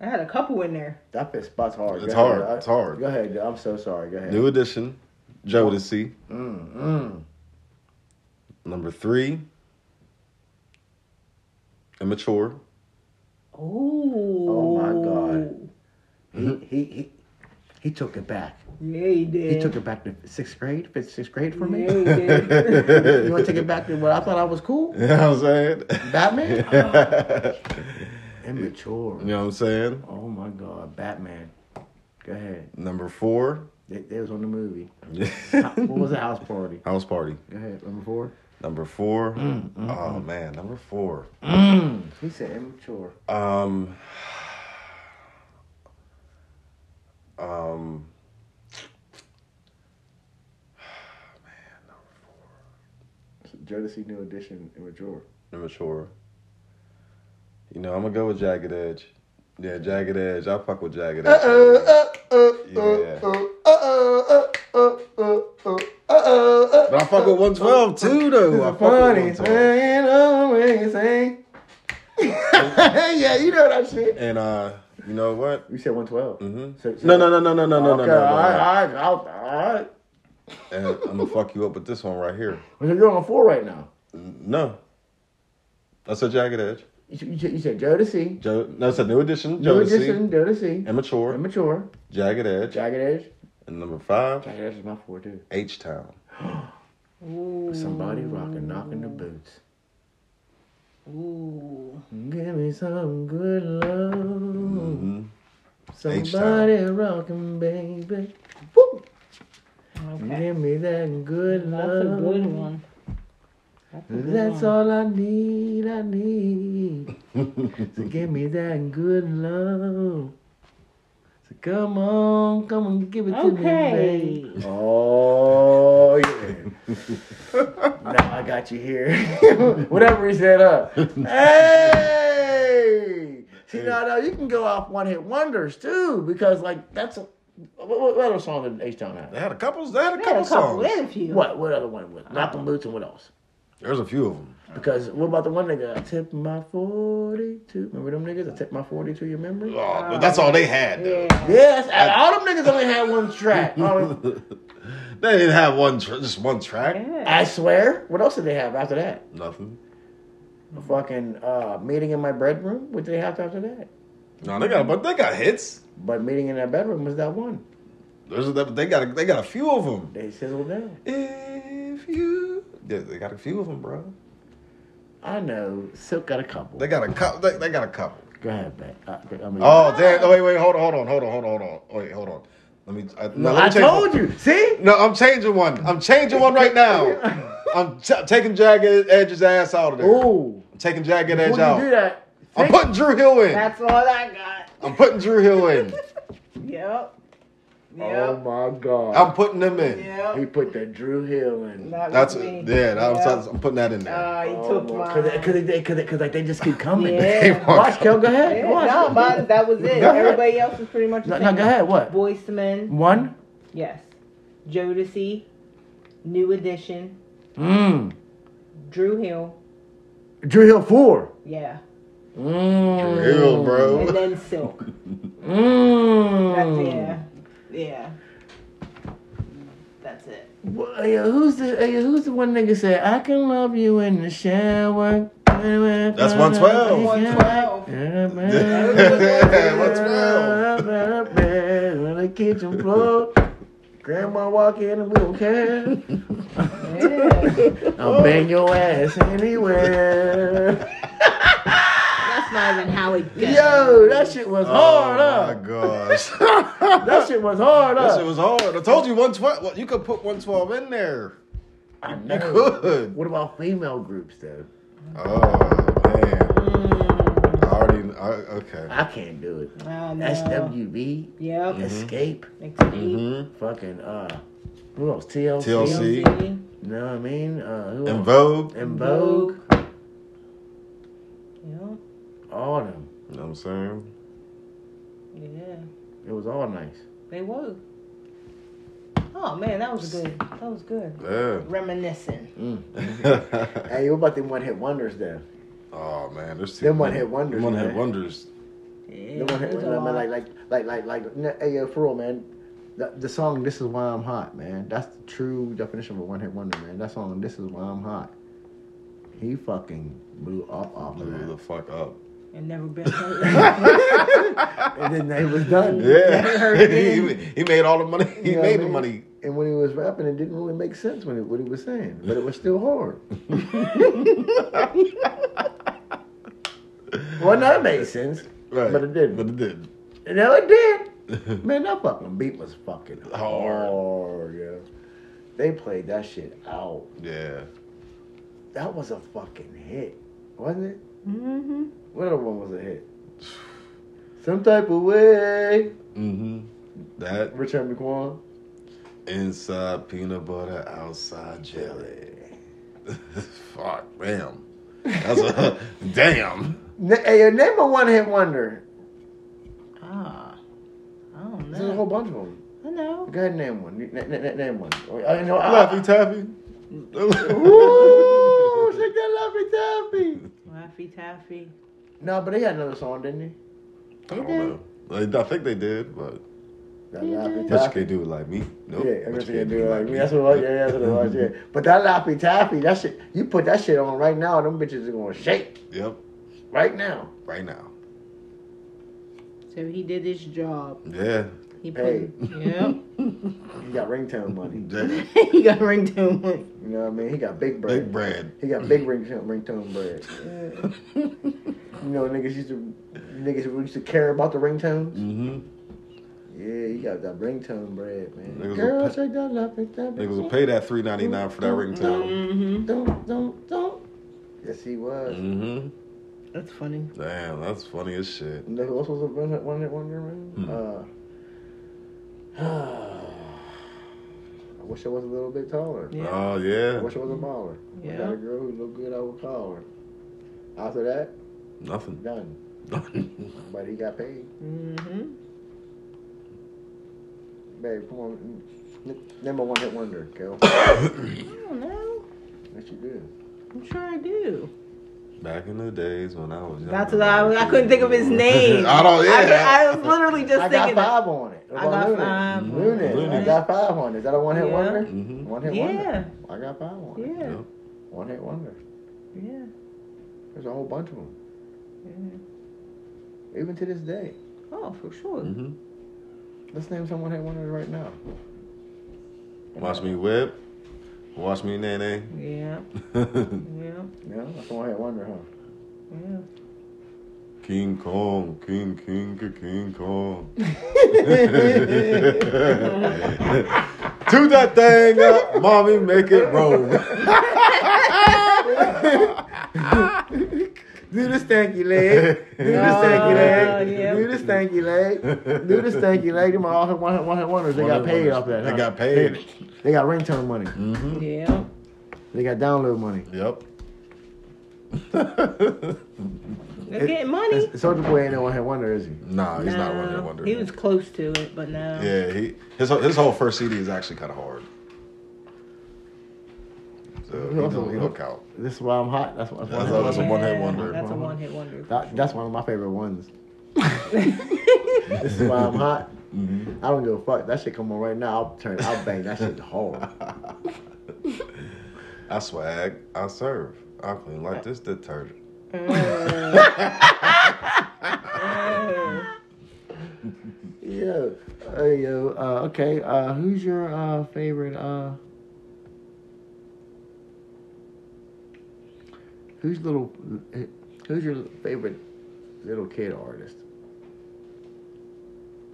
S5: I had a couple in there.
S3: That fifth spot's hard.
S2: It's
S3: Go ahead,
S2: hard.
S3: I-
S2: It's hard.
S3: Go ahead. I'm so sorry. Go ahead.
S2: New Edition. Jodeci.
S3: Mm, mm.
S2: Number three. Immature.
S5: Ooh.
S3: Oh, my God. He, he he he took it back.
S5: Yeah, he did.
S3: He took it back to sixth grade, fifth, sixth grade for me.
S5: Yeah, he did.
S3: <laughs> You want to take it back to what I thought I was cool?
S2: You know what I'm
S3: Batman?
S2: <laughs> saying?
S3: Immature.
S2: <laughs> you know what I'm saying?
S3: Oh my God, Batman. Go ahead.
S2: Number four. <laughs>
S3: They, they was on the movie. what was the house party?
S2: House Party.
S3: Go ahead. Number four.
S2: Number four. oh man, number four.
S3: He said immature.
S2: Um. <sighs> Um.
S3: Jodeci New Edition, immature.
S2: Immature. You know, I'm gonna go with Jagged Edge. Yeah, Jagged Edge. I fuck with Jagged Edge. uh,
S3: Uh,
S2: Yeah. But I fuck with 112 too, though. I fuck
S3: uh. Funny
S2: with 112.
S3: thing always ain't. <laughs> yeah, you know that shit.
S2: And uh, you know what?
S3: You said 112.
S2: Mhm.
S3: So- so-
S2: No, no, no, no, no, no, no, no, no,
S3: Okay, all right,
S2: no.
S3: all right, all right, all right.
S2: And I'm gonna fuck you up with this one right here.
S3: Well, You're on four right now.
S2: No. That's a jagged edge.
S3: You, you, you said Jodeci.
S2: Joe, no, it's a new edition.
S3: New
S2: Jodeci,
S3: Edition, Jodeci.
S2: Immature,
S3: Immature.
S2: Jagged Edge,
S3: Jagged Edge.
S2: and number five,
S3: Jagged Edge is my four, too.
S2: H Town.
S5: Ooh.
S3: Somebody rocking, knocking the boots.
S5: Ooh.
S3: Give me some good love.
S2: Mm-hmm.
S3: Somebody rocking, baby. Woo!
S5: Okay.
S3: Give me that good
S5: That's
S3: Mm-hmm. love.
S5: a good one. That's, a good
S3: That's
S5: one.
S3: all I need, I <laughs> need. So give me that good love. So come on, come on, give it to me,
S5: Okay.
S3: babe. Oh, yeah. <laughs> now I got you here. <laughs> Whatever he set up. Hey! See, now, now you can go off one hit wonders too, because, like, that's a. What, what, what other song did H Town
S2: They
S3: have?
S2: had a couple. They had a
S5: We had
S2: couple
S5: a couple. We
S2: songs.
S5: had a few.
S3: What? What other one was? Knockin' Boots and what else?
S2: There's a few of them.
S3: Because what about the one nigga? I tipped my 42. Remember them niggas? I tipped my 42, you remember?
S2: Oh, but that's all they had. Though.
S5: Yeah.
S3: Yes, and all them niggas only had
S2: <laughs>
S3: one track. Um,
S2: They didn't have one, tr- just one track.
S5: yeah.
S3: I swear. What else did they have after that?
S2: Nothing.
S3: A fucking uh, meeting in my bedroom? What did they have after that?
S2: No, they got a bunch. They got hits.
S3: But meeting in that bedroom was that one.
S2: There's a, they got a, they got a few of them.
S3: They sizzled down.
S2: If you, yeah, they got a few of them, bro.
S3: I know. Silk got a couple.
S2: They got a couple. They, they got a couple.
S3: Go ahead, back. Uh, I mean,
S2: Oh, damn. Oh, wait, wait, hold on, hold on, hold on, hold on, hold on. Wait, hold on. Let me. I, no,
S3: no,
S2: let me
S3: I
S2: change
S3: told
S2: one.
S3: you. See?
S2: No, I'm changing one. I'm changing one right
S3: <laughs>
S2: now. I'm t- taking Jagged Edge's ass out of there.
S3: Ooh.
S2: I'm taking Jagged Edge
S3: When
S2: out.
S3: you do that,
S2: I'm
S3: think-
S2: putting Drew Hill in.
S5: That's all I got.
S2: I'm putting Drew Hill
S3: <laughs>
S2: in.
S5: Yep.
S3: Oh
S5: Yep.
S3: my God.
S2: I'm putting them in.
S3: He
S5: Yep.
S3: put that Drew Hill in.
S5: That
S2: That's
S5: was
S2: yeah.
S5: me.
S2: That,
S5: Yep.
S2: I'm, I'm putting that in there.
S5: Uh,
S3: Oh
S5: he took mine.
S3: Cause, they- cause, they, cause, they, cause like they just keep coming. <laughs>
S5: Yeah.
S2: They want-
S3: Watch, Kel, go ahead.
S5: Yeah,
S3: Watch.
S5: no, mine, that
S3: <laughs>
S5: was it.
S3: ahead.
S5: Everybody else was pretty much the
S3: No,
S5: same.
S3: no, go ahead. What?
S5: Boyz II Men,
S3: One.
S5: yes. Jodeci, New Edition,
S3: Mmm.
S5: Drew Hill,
S3: Drew Hill four.
S5: yeah,
S3: Mmm.
S2: Drew Hill, bro.
S5: and then Silk. That's yeah,
S3: Mmm.
S5: yeah. That's it.
S3: Wha- yeah, who's the yeah, who's the one nigga said I can love you in the shower? That's
S2: 112. What's
S3: <laughs> On the kitchen floor. Grandma walk in and we don't care.
S5: Yeah.
S3: I'll bang your ass anywhere.
S5: That's not even how it goes.
S3: Yo, that shit was hard
S2: Oh
S3: up.
S2: my gosh.
S3: That shit was hard
S2: That shit
S3: up.
S2: was hard. I told you 112. Well, you could put 112 in there.
S3: I know.
S2: You could.
S3: What about female groups though?
S2: Oh man.
S5: Mm,
S2: I already. I, okay.
S3: I can't do it.
S5: Oh, no.
S3: SWV,
S5: Yep.
S3: Escape,
S5: Escape,
S2: Mm-hmm.
S3: fucking uh, who else? TLC.
S2: TLC.
S5: TLC,
S3: You know what I mean? Uh, who
S2: In
S3: else?
S2: Vogue. You
S3: In Vogue.
S5: Yep.
S3: All them.
S2: know what I'm saying?
S5: Yeah.
S3: It was all nice.
S5: They were. Oh man, that was good. That was good.
S2: Yeah. <laughs>
S5: Reminiscing.
S2: Mm.
S3: Hey, what about them one hit wonders though?
S2: oh man, there's two.
S3: Them one-hit wonders,
S2: One hit
S3: man.
S2: wonders.
S5: Yeah,
S3: The one hit,
S5: it was a
S3: I mean,
S5: lot.
S3: like, like, like, like, like, n- hey, yo, for real, man. The, the song "This Is Why I'm Hot," man. That's the true definition of a one-hit wonder, man. That song "This Is Why I'm Hot." He fucking blew up off of
S2: Blew the
S3: that,
S2: fuck up.
S5: And never been hurt. <laughs>
S3: <laughs> and then
S2: <laughs>
S3: they was done.
S2: Yeah.
S5: Never
S2: <laughs> he,
S5: again.
S2: he made all the money. He
S3: You know what I
S2: made the
S3: mean?
S2: money.
S3: And when he was rapping, it didn't really make sense when it, what he was saying, but it was
S2: <laughs>
S3: still hard. well, no, it made sense,
S2: Right.
S3: but it didn't.
S2: But it did.
S3: No, it did. Man, that fucking beat was fucking hard.
S2: Hard.
S3: yeah. They played that shit out.
S2: Yeah.
S3: That was a fucking hit, wasn't it?
S5: mm-hmm.
S3: What other one was a hit? Some type of way.
S2: Mm-hmm. That
S3: Richard McQuan.
S2: inside peanut butter, outside jelly. <laughs> fuck, damn. That's a <laughs> damn.
S3: Na hey, yo, name a one hit wonder.
S5: Ah, I don't
S3: There's a
S5: know.
S3: whole bunch of them.
S5: I know.
S3: Go ahead, name one. N- n- n- name one. Oh, I know.
S2: Laffy Taffy.
S3: Ooh,
S2: <laughs>
S3: shake that lovely taffy.
S5: Laffy Taffy.
S3: No, but they had another song, didn't they?
S2: I don't know. Like, I think they did, but
S3: That Laffy
S2: but you
S3: Taffy.
S2: can't do it like me. Nope.
S3: Yeah, I
S2: But
S3: guess
S2: you
S3: they
S2: can't
S3: do
S2: it
S3: like me. That's what it was. Yeah, that's what
S2: <laughs>
S3: it was. Yeah. But that lappy taffy, that shit, you put that shit on right now, them bitches are gonna shake.
S2: Yep.
S3: right
S2: <laughs>
S3: now.
S2: right now.
S5: So he did his job.
S2: Yeah.
S5: He put.
S3: Hey.
S5: Yep. <laughs>
S3: He got
S2: <laughs>
S3: ringtone money.
S2: Big
S5: he got ringtone money.
S3: You know what I mean? He got big bread.
S2: Big Brad.
S3: He got
S2: <laughs>
S3: big ringtone, ringtone bread.
S2: Mm-hmm.
S3: you know, niggas used to niggas used to care about the ringtones.
S2: Mm-hmm.
S3: Yeah, you got that ringtone bread, man.
S2: Niggas will
S3: Girl,
S2: pay-
S3: shake that lap, shake that
S2: Niggas will pay that three ninety nine for that ringtone.
S5: Mm-hmm.
S3: Don't, don't, don't. Yes, he was.
S2: Mm-hmm.
S5: That's funny.
S2: Damn, that's funny as shit.
S3: You know who else was a one hit one hit wonder man? Uh, <sighs> I wish I was a little bit taller.
S5: Yeah.
S2: Oh
S3: I
S2: yeah.
S3: wish I was a baller. I
S5: Yeah.
S3: got a girl who looked good, I would call her. After that,
S2: Nothing.
S3: done.
S2: <laughs>
S3: But he got paid.
S5: Mm-hmm.
S3: Babe, come on. n- Name a one hit wonder, Kel.
S5: I don't know.
S3: Yes, you did.
S5: I'm sure I do.
S2: Back in the days when I was young.
S5: That's what I, was- I couldn't think of
S3: <laughs>
S5: his name.
S2: <laughs> I don't. Yeah.
S5: I, could- I was literally just
S3: I got
S5: thinking.
S3: five on it.
S5: I got
S3: Lunas.
S5: five.
S3: Lunas. I
S2: Lunas.
S3: got five on it. Is that a one hit
S5: Yeah.
S3: wonder?
S2: Mhm.
S3: One hit
S5: Yeah.
S3: wonder. I got five on it.
S5: Yeah.
S3: One hit wonder.
S5: Yeah.
S3: There's a whole bunch of them.
S5: yeah.
S3: Even to this day.
S5: Oh, for sure.
S3: Mm-hmm.
S2: Mhm.
S3: Let's name some one hit wonders right now.
S2: Watch me whip. Watch me nene. <laughs>
S5: Yeah. Yeah.
S3: Yeah, that's a one hit wonder, huh?
S5: Yeah.
S3: Mm-hmm.
S2: King Kong, King King King, King Kong. <laughs> Do that thing up, mommy, make it
S5: <laughs>
S2: roll.
S3: Do the stanky leg.
S2: <laughs>
S3: Do the stanky
S5: Oh,
S3: leg.
S5: yeah.
S3: Do the stanky leg. Do the stanky leg. Them all hit one hit one hit wonders. They got paid off that.
S2: They
S3: huh?
S2: got paid.
S3: They got ringtone money.
S2: Mm-hmm.
S5: Yeah.
S3: They got download money.
S2: Yep.
S5: They're getting money.
S3: Soldier Boy ain't no one hit wonder, is he?
S2: nah, he's not one hit
S5: No,
S2: wonder.
S5: He was close to it, but no.
S2: Yeah, he his whole- his whole first CD is actually kind of hard. So he don't, he don't count.
S3: This is why I'm hot. That's why. That's,
S2: That's
S3: why
S2: how- that's a
S5: Yeah,
S2: one-hit wonder.
S5: That's a one hit wonder. <laughs>
S3: That, that's one of my favorite ones. this is why I'm hot.
S2: Mm-hmm.
S3: I don't give a fuck. That shit come on right now. I'll turn. I'll bang that shit hard.
S2: <laughs> I swag, I serve, I clean like this detergent.
S3: Yeah. Uh, yo. Uh, okay. Uh, who's your uh, favorite? Uh, who's little? Who's your favorite little kid artist?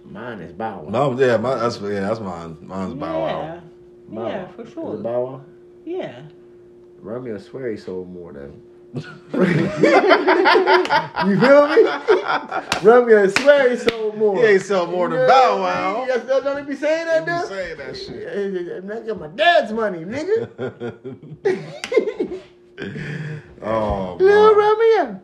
S3: Mine is Bow Wow.
S2: Mom, yeah, my, that's yeah, that's mine. Mine's Bow Wow.
S5: Yeah.
S3: Bow
S5: Yeah,
S3: Wow.
S5: for
S3: Is it
S5: sure.
S3: Bow Wow?
S5: Yeah.
S3: Romeo swear he sold more though.
S2: <laughs>
S3: you feel me? Romeo swear he sold more.
S2: He ain't sell more than Bow Wow.
S3: That's that's what they be saying that
S2: You
S3: dude.
S2: say that shit.
S3: Nigga, my dad's money, <laughs> nigga.
S2: <laughs> oh,
S3: Little
S2: man.
S3: Romeo.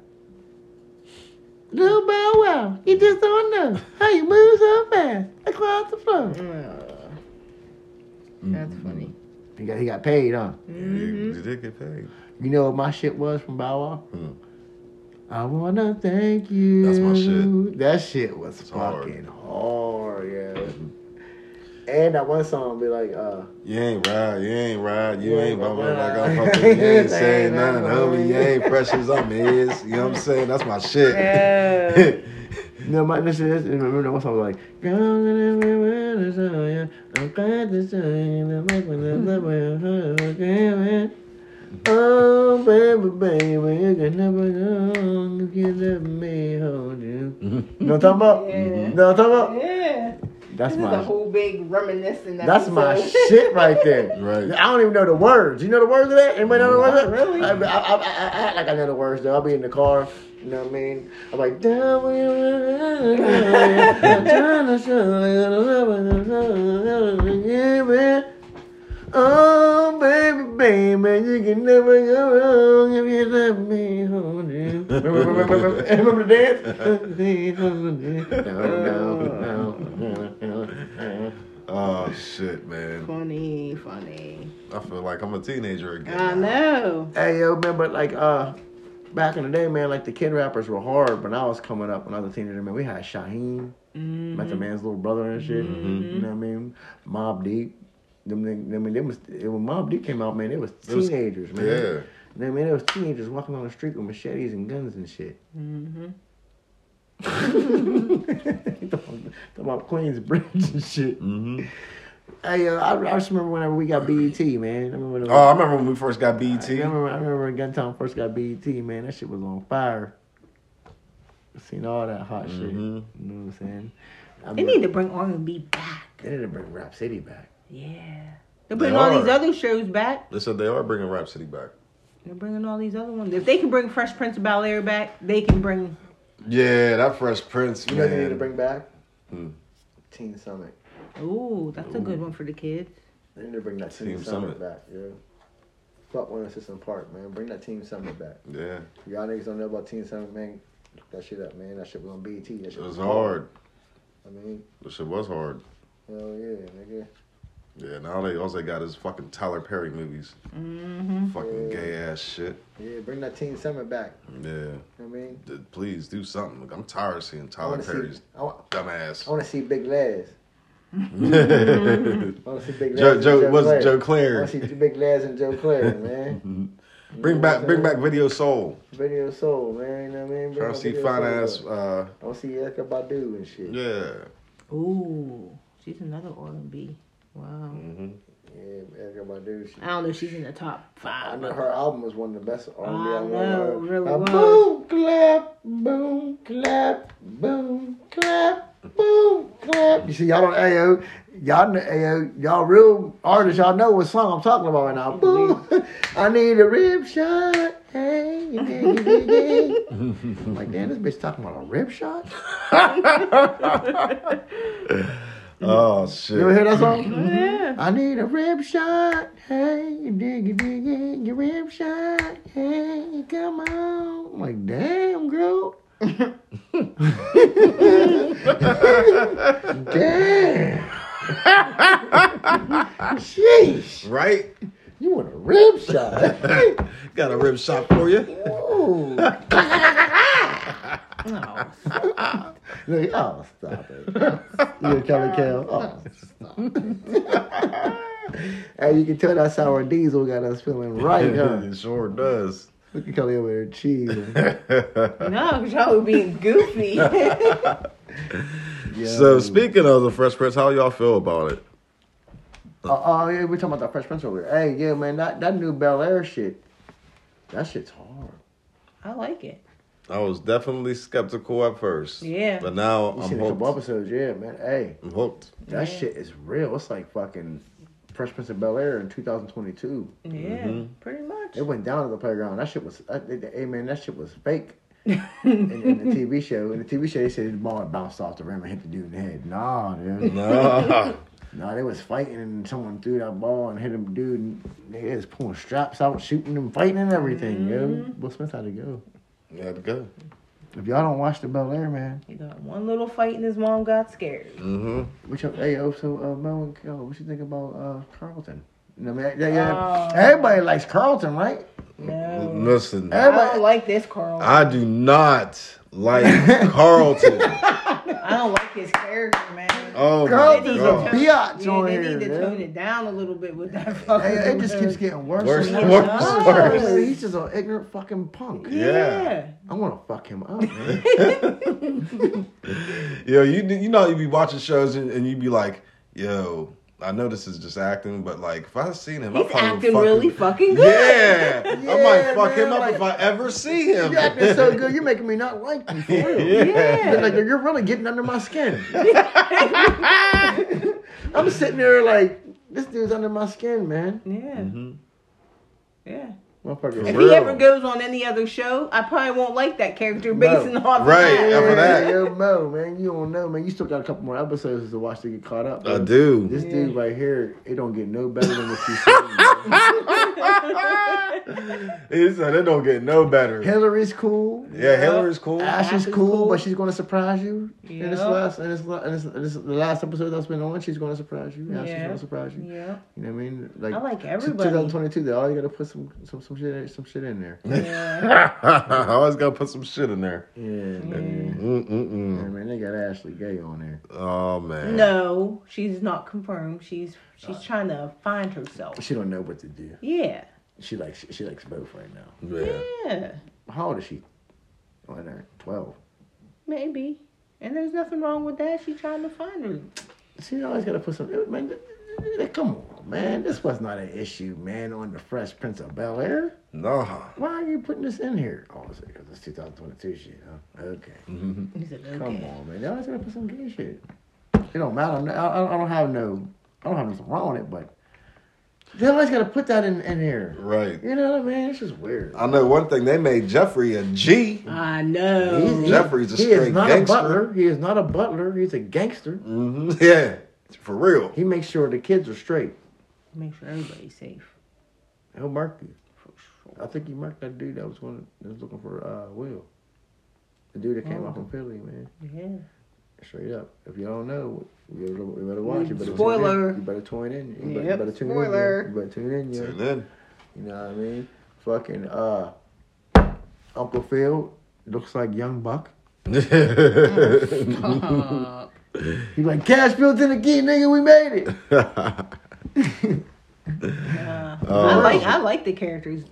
S3: Little Bow Wow. You just don't know how you move so fast across the floor.
S2: Mm-hmm.
S5: That's funny.
S3: He got, he got paid, huh?
S2: You, you did get paid.
S3: You know what my shit was from Bow Wow?
S2: Hmm.
S3: I wanna thank you.
S2: That's my shit.
S3: That shit was
S2: hard.
S3: fucking hard, yeah. And that one song be like, uh,
S2: You ain't ride, you ain't ride, you
S3: You
S2: ain't
S3: ain't
S2: bumping like
S3: ride.
S2: I'm fucking. You ain't saying
S3: Ain't
S2: nothing,
S3: nothing,
S2: homie. You
S3: homie.
S2: ain't precious, I'm his. You know what I'm saying? That's my shit. <laughs>
S5: Yeah.
S3: no, my listen, this, remember that one song was like, "Gone in the wind is on ya. I'm glad to see you. The make me love you. Huh, okay, man. Oh, baby, baby, you can never go wrong if you let me hold you. You know what I'm talking about?
S5: Yeah.
S3: You know what I'm talking about?
S5: Yeah.
S3: That's
S5: This
S3: my
S5: is a whole big reminiscent.
S3: That's my
S5: episode.
S3: shit right there.
S2: Right.
S3: I don't even know the words. You know the words of that? Anybody know the words of that?
S5: Not really.
S3: I, I, I, I, I act like I know the words though. I'll be in the car. You know what I mean? I'm like, "Down with you, I'm trying to show you the love and the love and the giving." Oh, baby, baby, you can never go wrong if you let me hold you. Remember, remember, remember, remember the dance? Let me hold you. No, no, no, no.
S2: Oh shit, man.
S5: <laughs> Funny, funny.
S2: I feel like I'm a teenager again.
S5: I know.
S3: Hey yo, man, but like uh back in the day, man, like the kid rappers were hard when I was coming up when I was a teenager, man. We had
S2: Mm-hmm.
S3: Shaheen, Method Man's little brother and shit. You know what I mean? Mob Deep. Them, nigg- I mean, they was it, when Mob Deep came out, man, it was
S2: It was-
S3: teenagers, man.
S2: Yeah.
S3: I mean, it was teenagers walking on the street with machetes and guns and shit. Mm-hmm. <laughs> talking about Queens Bridge and shit.
S2: Mm-hmm.
S3: Hey, uh, I, I just remember whenever we got BET, man. I remember when it was-
S2: Oh, I remember when we first got E BET.
S3: I remember, I remember when Guntown first got BET, man. That shit was on fire. I seen all that hot shit. You know
S2: Mhm.
S3: what I'm saying? I
S5: They need to bring R and B back.
S3: They need to bring Rap City back.
S5: Yeah. They're bringing
S2: They
S5: all these
S2: are.
S5: other shows back.
S2: They said they are bringing Rhapsody back.
S5: They're bringing all these other ones. If they can bring Fresh Prince of Bel Air back, they can bring.
S2: Yeah, that Fresh Prince,
S3: You
S2: man.
S3: know what they need to bring back?
S2: Hmm.
S3: Teen Summit.
S5: Ooh, that's a good one for the kids.
S3: They need to bring that Team,
S2: Teen
S3: Summit,
S2: Summit.
S3: back, yeah. Fuck One Assistant Park, man. Bring that Team Summit back.
S2: Yeah,
S3: Y'all niggas don't know about Team Summit, man. Look that shit up, man. That shit was on BET. That shit
S2: it was hard.
S3: I mean,
S2: The shit was hard.
S3: hell yeah, nigga.
S2: Yeah, now they all they got is fucking Tyler Perry movies.
S5: Mm-hmm.
S2: Fucking
S3: Yeah.
S2: gay ass shit.
S3: Yeah, bring that Team Summit back.
S2: Yeah,
S3: I mean,
S2: D- please do something. Like, I'm tired of seeing
S3: I
S2: Tyler
S3: want to
S2: Perry's
S3: see. I want, I
S2: dumbass.
S3: want to see Big Les.
S2: <laughs>
S3: I want to see Big Les.
S2: Joe,
S3: and
S2: Joe,
S3: Claire.
S2: was Joe
S3: I
S2: Claire?
S3: want to see Big Les and Joe
S2: <laughs>
S3: Claire, man.
S2: Bring back, bring back Video Soul.
S3: Video Soul, man. You know what I mean? Bring
S2: Trying
S3: my
S2: to see
S3: Video
S2: fine
S3: Soul
S2: ass.
S3: back.
S2: Uh,
S3: I want to see Erica Badu and shit.
S2: yeah.
S5: Ooh, she's another R and B. Wow.
S2: Mm-hmm.
S3: Yeah, Erica Badu. She,
S5: I don't know if she's in the top
S3: I
S5: five.
S3: know
S5: but-
S3: her album was one of the best R&B
S5: I
S3: albums.
S5: know,
S3: ever.
S5: really
S3: Uh,
S5: was.
S3: Boom, clap, boom, clap, boom, clap, boom, clap. You see, y'all don't, ayo, y'all, kn- ayo, y'all real artists, y'all know what song I'm talking about right now.
S5: Mm-hmm.
S3: Boom, <laughs> I need a rib shot. Hey, diggy,
S2: <laughs>
S3: diggy. I'm like, damn, this bitch talking about a rib shot?
S2: Oh
S3: You ever
S2: shit.
S3: hear that song?
S5: Yeah.
S3: I need a rib shot. Hey, diggy diggy, your rib shot. Hey, come on. I'm like, damn, girl. <laughs> damn. <laughs> Sheesh.
S2: Right?
S3: You want a rib shot? <laughs>
S2: Got a rib shot for you.
S3: Ooh. <laughs>
S5: No.
S3: Look, oh, stop it. You're Kelly Cal. Oh, stop it. <laughs> hey, you can tell that sour diesel got us feeling right, huh?
S2: <laughs> it sure does.
S3: Look at Kelly over
S2: <laughs>
S3: there cheesing.
S5: No, y'all were being
S3: <laughs>
S5: goofy. I
S2: So speaking of the Fresh Prince, how y'all feel about it?
S3: Oh, oh, yeah, we talking about that Fresh Prince over there. Hey, yeah, man, that, that new Bel Air shit, that shit's hard.
S5: like it.
S2: I was definitely skeptical at first.
S5: Yeah.
S2: But now
S3: You
S2: I'm
S3: seen a couple
S2: hooked.
S3: episodes, yeah, man. Hey,
S2: I'm hooked.
S3: that
S5: Yeah.
S3: shit is real. It's like fucking Fresh Prince of Bel Air in 2022.
S5: Yeah, pretty much.
S3: mm-hmm. It went down to the playground. That shit was, uh, hey, man, that shit was fake. in, in the TV show, in the TV show, they said the ball bounced off the rim and hit the dude in the head. Nah,
S2: <laughs>
S3: dude.
S2: No.
S3: Nah, they was fighting and someone threw that ball and hit him, dude. And they was pulling straps out, shooting and fighting and everything,
S5: Mm-hmm.
S3: yo. Will Smith had to go.
S2: yeah, good.
S3: If y'all don't watch the Bel Air, man,
S5: He got one little fight and his mom got scared.
S2: Mm-hmm.
S3: which hey, oh, so uh, Mel and Kel, what you think about uh, Carlton? You know, what I mean, yeah, yeah.
S5: Oh.
S3: everybody likes Carlton, right?
S5: No.
S2: Listen,
S5: I
S3: Everybody-
S5: don't like this Carl. I,
S2: I do not
S3: <laughs>
S2: like Carlton.
S5: don't like his character, man.
S2: Oh
S3: Carlton's
S2: my
S3: a
S2: god.
S3: biatch
S5: Yeah,
S3: on
S5: they
S3: here.
S5: need to
S3: man.
S5: tone it down a little bit with that
S3: Hey,
S5: fucking.
S3: it just keeps getting worse.
S2: Worse,
S3: and
S2: worse,
S5: Oh.
S2: worse.
S3: Dude, He's just an ignorant fucking punk.
S5: Yeah.
S2: Yeah.
S3: I want to fuck him up.
S2: <laughs>
S3: man.
S2: Yo, you you know you be watching shows and, and you be like, yo, I know this is just acting, but like if I seen him, I
S5: He's
S2: probably would
S5: acting
S2: fuck
S5: really
S2: him.
S5: fucking good.
S2: Yeah. I
S3: Yeah,
S2: might fuck him
S3: man,
S2: up
S3: like-
S2: if I ever see him.
S3: You're acting
S2: <laughs>
S3: so good. You're making me not like you. For real.
S5: Yeah.
S3: You're Like you're really getting under my skin. <laughs> I'm sitting there like this dude's under my skin, man.
S5: Yeah. Yeah.
S3: Motherfucker.
S2: For
S5: mm-hmm. If
S2: real.
S5: he ever goes on any other show, I probably won't like that character based
S3: No.
S5: off of
S2: Right,
S5: that.
S2: Yeah, for that.
S3: Yo, Mo, man, you don't know, man. You still got a couple more episodes to watch to get caught up.
S2: I
S3: man.
S2: do. <laughs>
S3: This dude right here, it don't get no better than what you see. man.
S2: he said it don't get no better.
S3: Hillary's cool.
S2: yeah, Hillary's cool. <laughs>
S3: Ash
S5: Ash
S3: is
S5: is
S3: cool,
S5: cool.
S3: but she's gonna surprise you. In this
S5: Yeah.
S3: last, in this, la- in this, in this, the last episode that's been on, she's gonna surprise you. Ash is
S5: Yeah.
S3: gonna surprise you. <laughs>
S5: Yeah.
S3: You know what I mean? Like,
S5: I like
S3: t-
S5: everybody.
S3: 2022, they always gotta put some, some, some shit, some shit in there. Yeah,
S5: Yeah.
S2: I always gotta put some shit in there.
S3: man. Yeah,
S2: Mm-mm-mm.
S3: man, they got Ashley Gay on there.
S2: Oh man.
S5: No, she's not confirmed. She's she's trying to find herself.
S3: She don't know what to do.
S5: Yeah.
S3: She likes, she, she likes both right now.
S2: Yeah.
S5: Yeah.
S3: How old is she? Oh, I know, twelve.
S5: Maybe. And there's nothing wrong with that. She's trying to find her.
S3: See, they always gotta put some. Man, th- th- th- come on, man. This was not an issue, man. On the Fresh Prince of Bel Air.
S2: Nah.
S3: Why are you putting this in here? Oh, it's because it's 2022 shit. Huh? Okay.
S5: He said, okay.
S3: Come on, man. They always gotta put some gay shit. It don't matter. I'm not- I, I, I don't have no. I don't have nothing wrong with it, but they always gotta put that in in here.
S2: Right.
S3: You know what I mean? It's just weird.
S2: I know one thing. They made Jeffrey a G.
S5: I know.
S3: He's- he-
S2: Jeffrey's a
S3: he
S2: straight
S3: is not
S2: gangster.
S3: a butler. He is not a butler. He's a gangster.
S2: Mm-hmm. <laughs> Yeah. For real.
S3: He makes sure the kids are straight.
S5: Make sure everybody's safe.
S3: He'll mark you.
S5: For sure.
S3: I think he marked that dude that was one that was looking for uh Will. The dude that
S5: Oh.
S3: came out from Philly, man. <laughs>
S5: Yeah.
S3: Straight up. If you don't know, you better, you better watch. You better Tune
S5: Spoiler.
S3: in. You better tune in. You better,
S5: Yep,
S3: you better tune
S5: spoiler.
S3: in. yo. You better tune in. yo.
S2: Tune in.
S3: You know what I mean? Fucking uh, Uncle Phil looks like Young Buck.
S2: <laughs>
S3: Uh-huh. He like cash built in again, nigga. We made
S5: <laughs>
S3: it.
S5: Uh,
S2: Oh.
S5: I like I like the characters.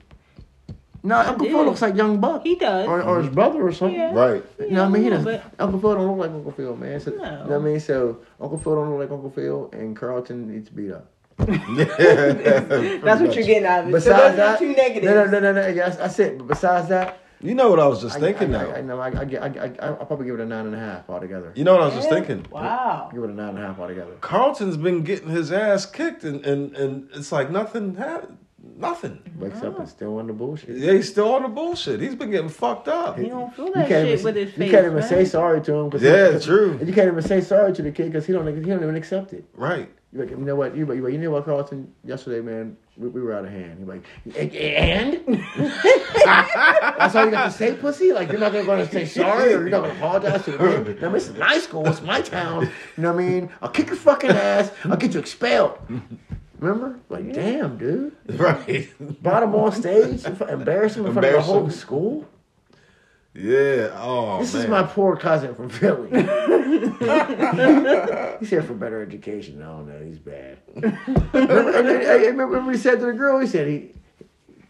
S3: No, Uncle Phil
S5: did.
S3: looks like Young Buck.
S5: He does.
S3: Or, or his brother or something.
S5: Yeah.
S2: right.
S3: You know what I mean? He
S5: Yeah,
S3: doesn't.
S5: but-
S3: Uncle Phil don't look like Uncle Phil, man. So, You know what I
S5: No.
S3: mean? So Uncle Phil don't look like Uncle Phil, and Carlton needs beat up.
S5: That's what you're getting out of it. so those
S3: Besides that,
S5: are two negatives.
S3: no, no, no, no, no. Yes, that's it. But besides that,
S2: You know what I was just
S3: I,
S2: thinking
S3: I,
S2: though.
S3: I, I know. I, I, get- I, I, I'll probably give it a nine and a half altogether.
S2: you know what I was just thinking.
S5: Wow.
S3: Give it a nine and a half altogether.
S2: Carlton's been getting his ass kicked, and and, and it's like nothing happened. Nothing.
S3: Wakes up
S5: Oh.
S3: and still on the bullshit.
S2: Yeah, he's still on the bullshit. He's been getting fucked up.
S5: He don't feel that
S3: can't
S5: shit
S3: even,
S5: with his face.
S3: you can't even
S5: right?
S3: say sorry to him. 'cause
S2: Yeah,
S3: he,
S2: true.
S3: And you can't even say sorry to the kid because he don't he don't even accept it.
S2: Right. <laughs>
S3: You're like, you know what? You like, you know what, Carlton? Yesterday, man, we, we were out of hand. You're like, and <laughs> that's all you got to say, pussy. Like, you're not going to say sorry, or you're not going to apologize to the kid. Now, this is my school. It's my town. You know what I mean? I'll kick your fucking ass. I'll get you expelled. Remember? Like, damn, dude.
S2: Right.
S3: Brought him on stage, in front- embarrassed him in front of the whole
S2: Embarrassing.
S3: school.
S2: Yeah. Oh
S3: This
S2: man.
S3: is my poor cousin from Philly. he's here for better education. I don't know. He's bad. remember, and I- I remember what he said to the girl. He said, "He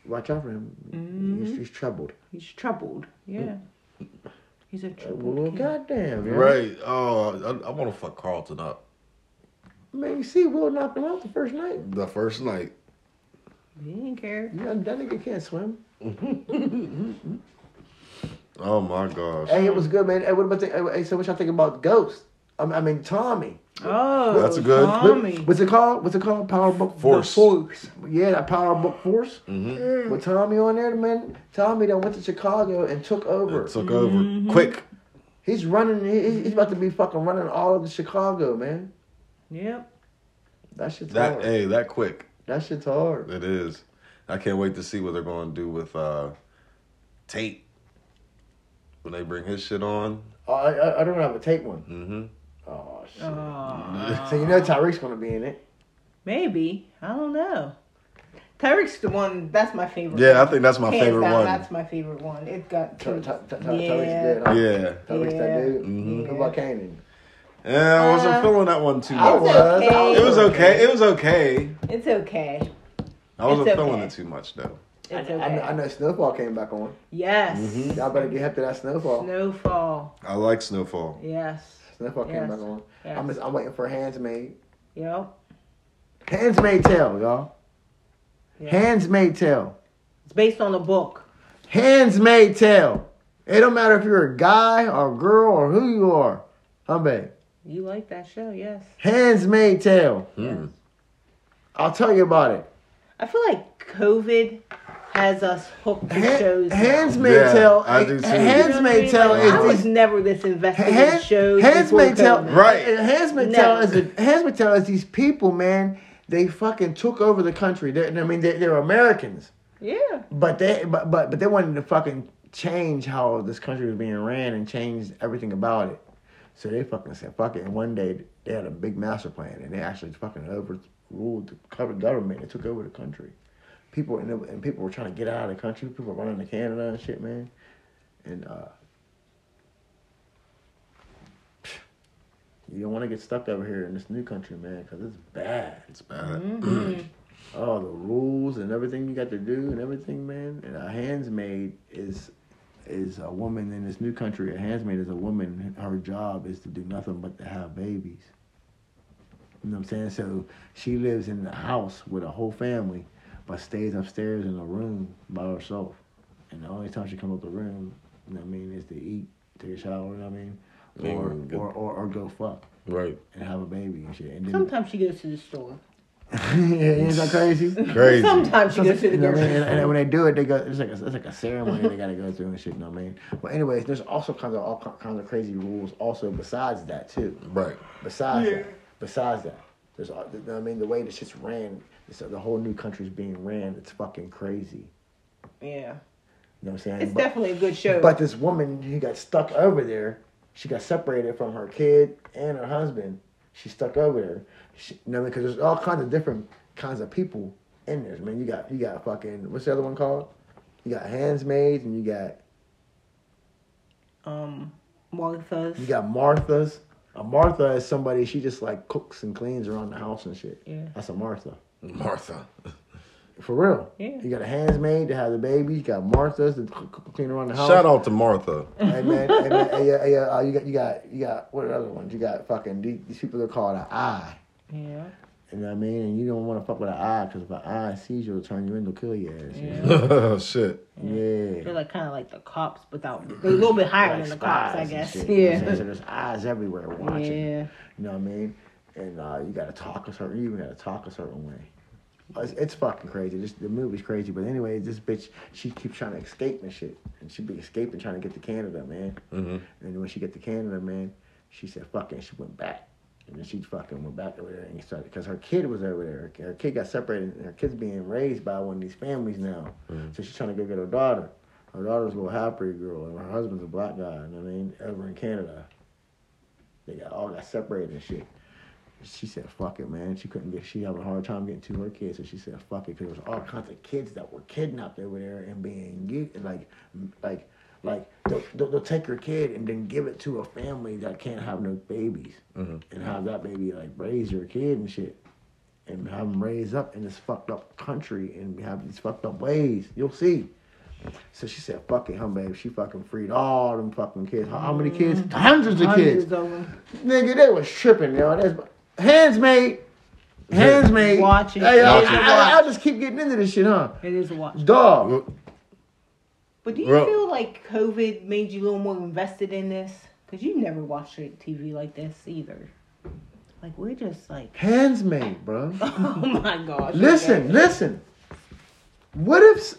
S3: watch out for him. He's, he's troubled."
S5: He's troubled. Yeah. He's a troubled
S3: Well,
S5: kid.
S3: goddamn, man.
S2: Right. Oh, I, I want to fuck Carlton up
S3: Man, you see, Will knocked him out the first night.
S2: the first night.
S5: He didn't care.
S3: You know, that nigga can't swim.
S2: Oh my gosh.
S3: Hey, it was good, man. Hey, what about the? Hey, hey, so what y'all think about Ghost? I mean, I mean Tommy.
S5: Oh,
S2: That's a good-
S3: What-
S5: Tommy.
S3: what's it called? What's it called? Power Book
S2: Force. Mm-hmm.
S3: Force. Yeah, that Power Book Force.
S5: Mm.
S3: With Tommy on there, man. Tommy that went to Chicago and took over.
S2: It took
S3: Mm-hmm.
S2: over quick.
S3: He's running. he- He's about to be fucking running all of the Chicago, man.
S5: Yep.
S3: That shit's
S2: That
S3: hard.
S2: hey, that quick.
S3: That shit's hard.
S2: It is. I can't wait to see what they're going to do with uh Tate when they bring his shit on.
S3: Oh, I, I, I don't have a tape one.
S2: Mm-hmm.
S3: Oh shit.
S5: Uh,
S3: so you know Tyreek's gonna be in it.
S5: maybe. I don't know. Tyreek's the one. That's my favorite.
S2: Yeah, I
S5: one.
S2: think that's my
S5: Hands
S2: favorite
S5: down,
S2: one.
S5: That's my favorite one. It got.
S3: Ty, Ty, Ty, Ty,
S5: Yeah.
S3: Tyreek's good. huh?
S2: Yeah.
S3: Tyreek's that
S5: Yeah.
S3: dude.
S2: Mhm.
S3: What about Kanan?
S2: Yeah, I wasn't
S5: Uh,
S2: feeling that one too
S3: I
S2: much.
S3: was. I
S5: okay.
S2: It was okay. It was okay.
S5: It's okay.
S2: I wasn't
S5: It's
S2: feeling
S5: okay.
S2: it too much though.
S5: It's
S3: I,
S5: okay.
S3: know, I know Snowfall came back on.
S5: Yes.
S2: Mm-hmm.
S3: Y'all better get hip to that Snowfall.
S5: Snowfall.
S2: I like Snowfall.
S5: Yes.
S3: Snowfall came
S5: Yes.
S3: back on.
S5: yes.
S3: I'm, just, I'm waiting for Handsmaid.
S5: Yep.
S3: Handsmaid Tale, y'all.
S5: Yeah.
S3: Handsmaid Tale.
S5: It's based on a book.
S3: Handsmaid Tale. It don't matter if you're a guy or a girl or who you are. Humbe.
S5: You like that show? Yes.
S3: Handsmaid Tale.
S2: Hmm.
S3: I'll tell you about it.
S5: I feel like COVID has us hooked to
S3: Han-
S5: shows. now.
S3: Handsmaid
S2: Yeah,
S3: Tale.
S2: I do too.
S5: You know what I mean?
S3: Handsmaid Tale
S5: Like, I
S3: is
S5: was
S3: these
S5: never this invested in
S3: Hands,
S5: shows.
S3: Handsmaid
S5: before
S3: Tale,
S5: COVID.
S2: Right.
S3: and Handsmaid
S5: No.
S3: Tale is a, Handsmaid Tale is these people, man. They fucking took over the country. They're, I mean, they're, they're Americans.
S5: Yeah.
S3: But they but but but they wanted to fucking change how this country was being ran and change everything about it. So they fucking said fuck it. And one day they had a big master plan and they actually fucking overruled the cover- government and took over the country. People and, it- and people were trying to get out of the country. People were running to Canada and shit, man. And uh, you don't want to get stuck over here in this new country, man, because it's bad
S2: It's bad.
S5: Mm-hmm.
S3: all the rules and everything you got to do and everything, man. And a handsmaid is is a woman in this new country. A handsmaid is a woman. Her job is to do nothing but to have babies. You know what I'm saying? So she lives in the house with a whole family, but stays upstairs in a room by herself. And the only time she comes up the room, you know what I mean, is to eat, take a shower, you know what I mean, or
S2: Yeah, good.
S3: or, or, or go fuck
S2: Right.
S3: and have a baby and shit. And then,
S5: Sometimes she goes to the store.
S3: <laughs> yeah, isn't that crazy?
S2: Crazy.
S5: Sometimes she
S3: So
S5: goes
S3: it's-
S5: to the
S3: you know what I mean?
S5: grocery
S3: And, and
S5: store.
S3: when they do it, they go. It's like a, it's like a ceremony they gotta go through and shit. You know what I mean? But anyways, there's also kinds of all ki- kinds of crazy rules. Also, besides that too.
S2: Right.
S3: Besides that, besides that, there's all. You know what I mean? The way the shit's ran, it's, the whole new country's being ran. It's fucking crazy.
S5: Yeah.
S3: You know what I'm saying?
S5: It's
S3: But-
S5: definitely a good show.
S3: but this woman who got stuck over there, she got separated from her kid and her husband. She's stuck over there. She, you know, because there's all kinds of different kinds of people in there. I mean, you got you got fucking what's the other one called? You got handsmaids and you got
S5: um, Martha's.
S3: you got Marthas. A Martha is somebody she just like cooks and cleans around the house and shit.
S5: Yeah.
S3: That's a Martha.
S2: Martha.
S3: For real.
S5: Yeah.
S3: You got a handsmaid to have the baby. You got Marthas to cook, cook, clean around the house.
S2: Shout out to Martha. <laughs>
S3: hey man, hey man, hey, yeah, hey, yeah, uh, you got, you got, you got. What are the other ones? You got fucking these, these people are called an eye.
S5: Yeah.
S3: You know what I mean? And you don't want to fuck with an eye because if an eye sees you, it'll turn you in, it'll kill your ass. Yeah.
S5: yeah.
S2: Shit.
S5: They're like kind of like the cops, without they're a little bit higher
S3: Like
S5: than the cops, I
S3: spies and
S5: guess. <laughs>
S3: shit, you know what I'm saying?
S5: Yeah.
S3: So there's eyes everywhere watching.
S5: Yeah.
S3: You know what I mean? And uh, you gotta talk a certain. You even gotta talk a certain way. It's, it's fucking crazy. This, the movie's crazy, but anyway, this bitch she keeps trying to escape and shit, and she be escaping trying to get to Canada, man. Mm-hmm. And when she get to Canada, man, she said fuck it. She went back, and then she fucking went back over there and started because her kid was over there. Her, her kid got separated, and her kid's being raised by one of these families now. So she's trying to go get her daughter. Her daughter's a little half-breed girl, and her husband's a black guy. You know what I mean, over in Canada. They got all got separated and shit. She said, "Fuck it, man." She couldn't get. She having a hard time getting to her kids, so she said, "Fuck it," because there was all kinds of kids that were kidnapped over there and being u- like, like, like they'll, they'll, they'll take your kid and then give it to a family that can't have no babies and have that baby like raise your kid and shit and have them raised up in this fucked up country and have these fucked up ways. You'll see. So she said, "Fuck it, huh, babe." She fucking freed all them fucking kids. How, how many kids? Hundreds of
S5: Hundreds
S3: kids.
S5: of them.
S3: Nigga, they was tripping, yo. That's hands made. Hands made.
S5: Watch it.
S3: Hey, yo,
S5: Watch
S3: I,
S5: it.
S3: I- I just keep getting into this shit, huh?
S5: It is a watch.
S3: Dog.
S5: But do you
S2: Bro.
S5: feel like COVID made you a little more invested in this? Because you never watched it- TV like this either. Like, we're just like, <laughs>
S3: Hands made, bro.
S5: oh my gosh.
S3: Listen, listen. What if. s-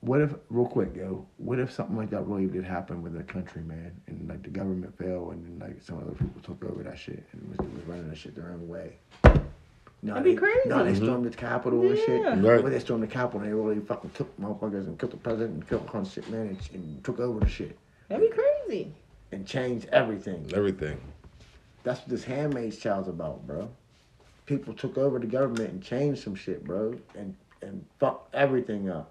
S3: What if, real quick, yo, what if something like that really did happen with the country, man? And like the government fell and then like some other people took over that shit and was, was running that shit their own way. No,
S5: That'd be
S3: they, No, they
S5: crazy.
S3: stormed the Capitol and shit.
S5: Yeah.
S2: Right.
S3: When they stormed the Capitol, they really fucking killed motherfuckers and killed the president and killed all shit, man, and, and took over the shit
S5: That'd be crazy.
S3: and changed everything.
S2: Everything.
S3: That's what this Handmaid's Child's about, bro. People took over the government and changed some shit, bro, and and fucked everything up.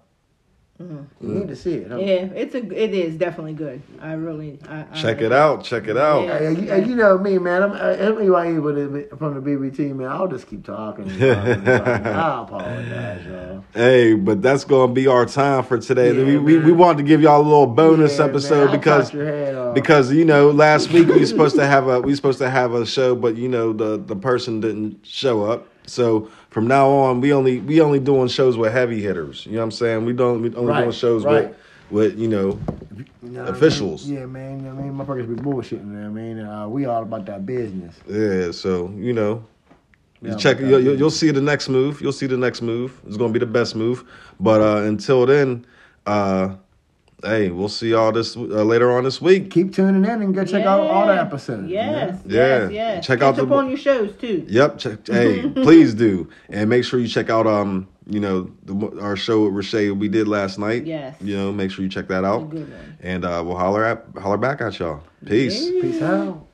S3: You need to see it. Huh?
S5: Mm. Yeah, it's a, it is definitely good. I really, I, I
S2: Check it out. Check it out.
S5: Yeah.
S3: Hey, you, hey, you know me, man. I'm uh, everybody with it- from the BBT, man. I'll just keep talking. And talking, and talking. I apologize, y'all.
S2: Hey, but that's gonna be our time for today.
S3: Yeah,
S2: we, we
S3: man.
S2: we wanted to give y'all a little bonus
S3: Yeah, man,
S2: episode
S3: I'll
S2: because
S3: cut your head off.
S2: because you know last week we were supposed to have a we were supposed to have a show, but you know the the person didn't show up. So from now on, we only we only doing shows with heavy hitters. You know what I'm saying? We don't we only
S3: Right,
S2: doing shows
S3: right.
S2: with with you know
S3: You know what I mean?
S2: Officials.
S3: Yeah, man. You know what I mean, motherfuckers be bullshitting. You know what I mean, uh, we all about that business.
S2: yeah. So you know.
S3: Yeah,
S2: You check.
S3: but, uh,
S2: You'll, you'll you'll see the next move. You'll see the next move. It's gonna be the best move. But uh, until then, uh, hey, we'll see y'all this uh, later on this week.
S3: Keep tuning in and go check out all the
S5: Yeah.
S3: episodes. you know?
S5: Yes,
S2: Yeah.
S5: yes, yes.
S2: Check
S5: Catch
S2: out the-
S5: up on your shows too.
S2: Yep. Check, hey, please do, and make sure you check out um you know, the, mo- our show with Rashay we did last night.
S5: Yes.
S2: You know, make sure you check that out.
S5: good one.
S2: And uh, we'll holler at holler back at y'all. Peace.
S3: Peace out.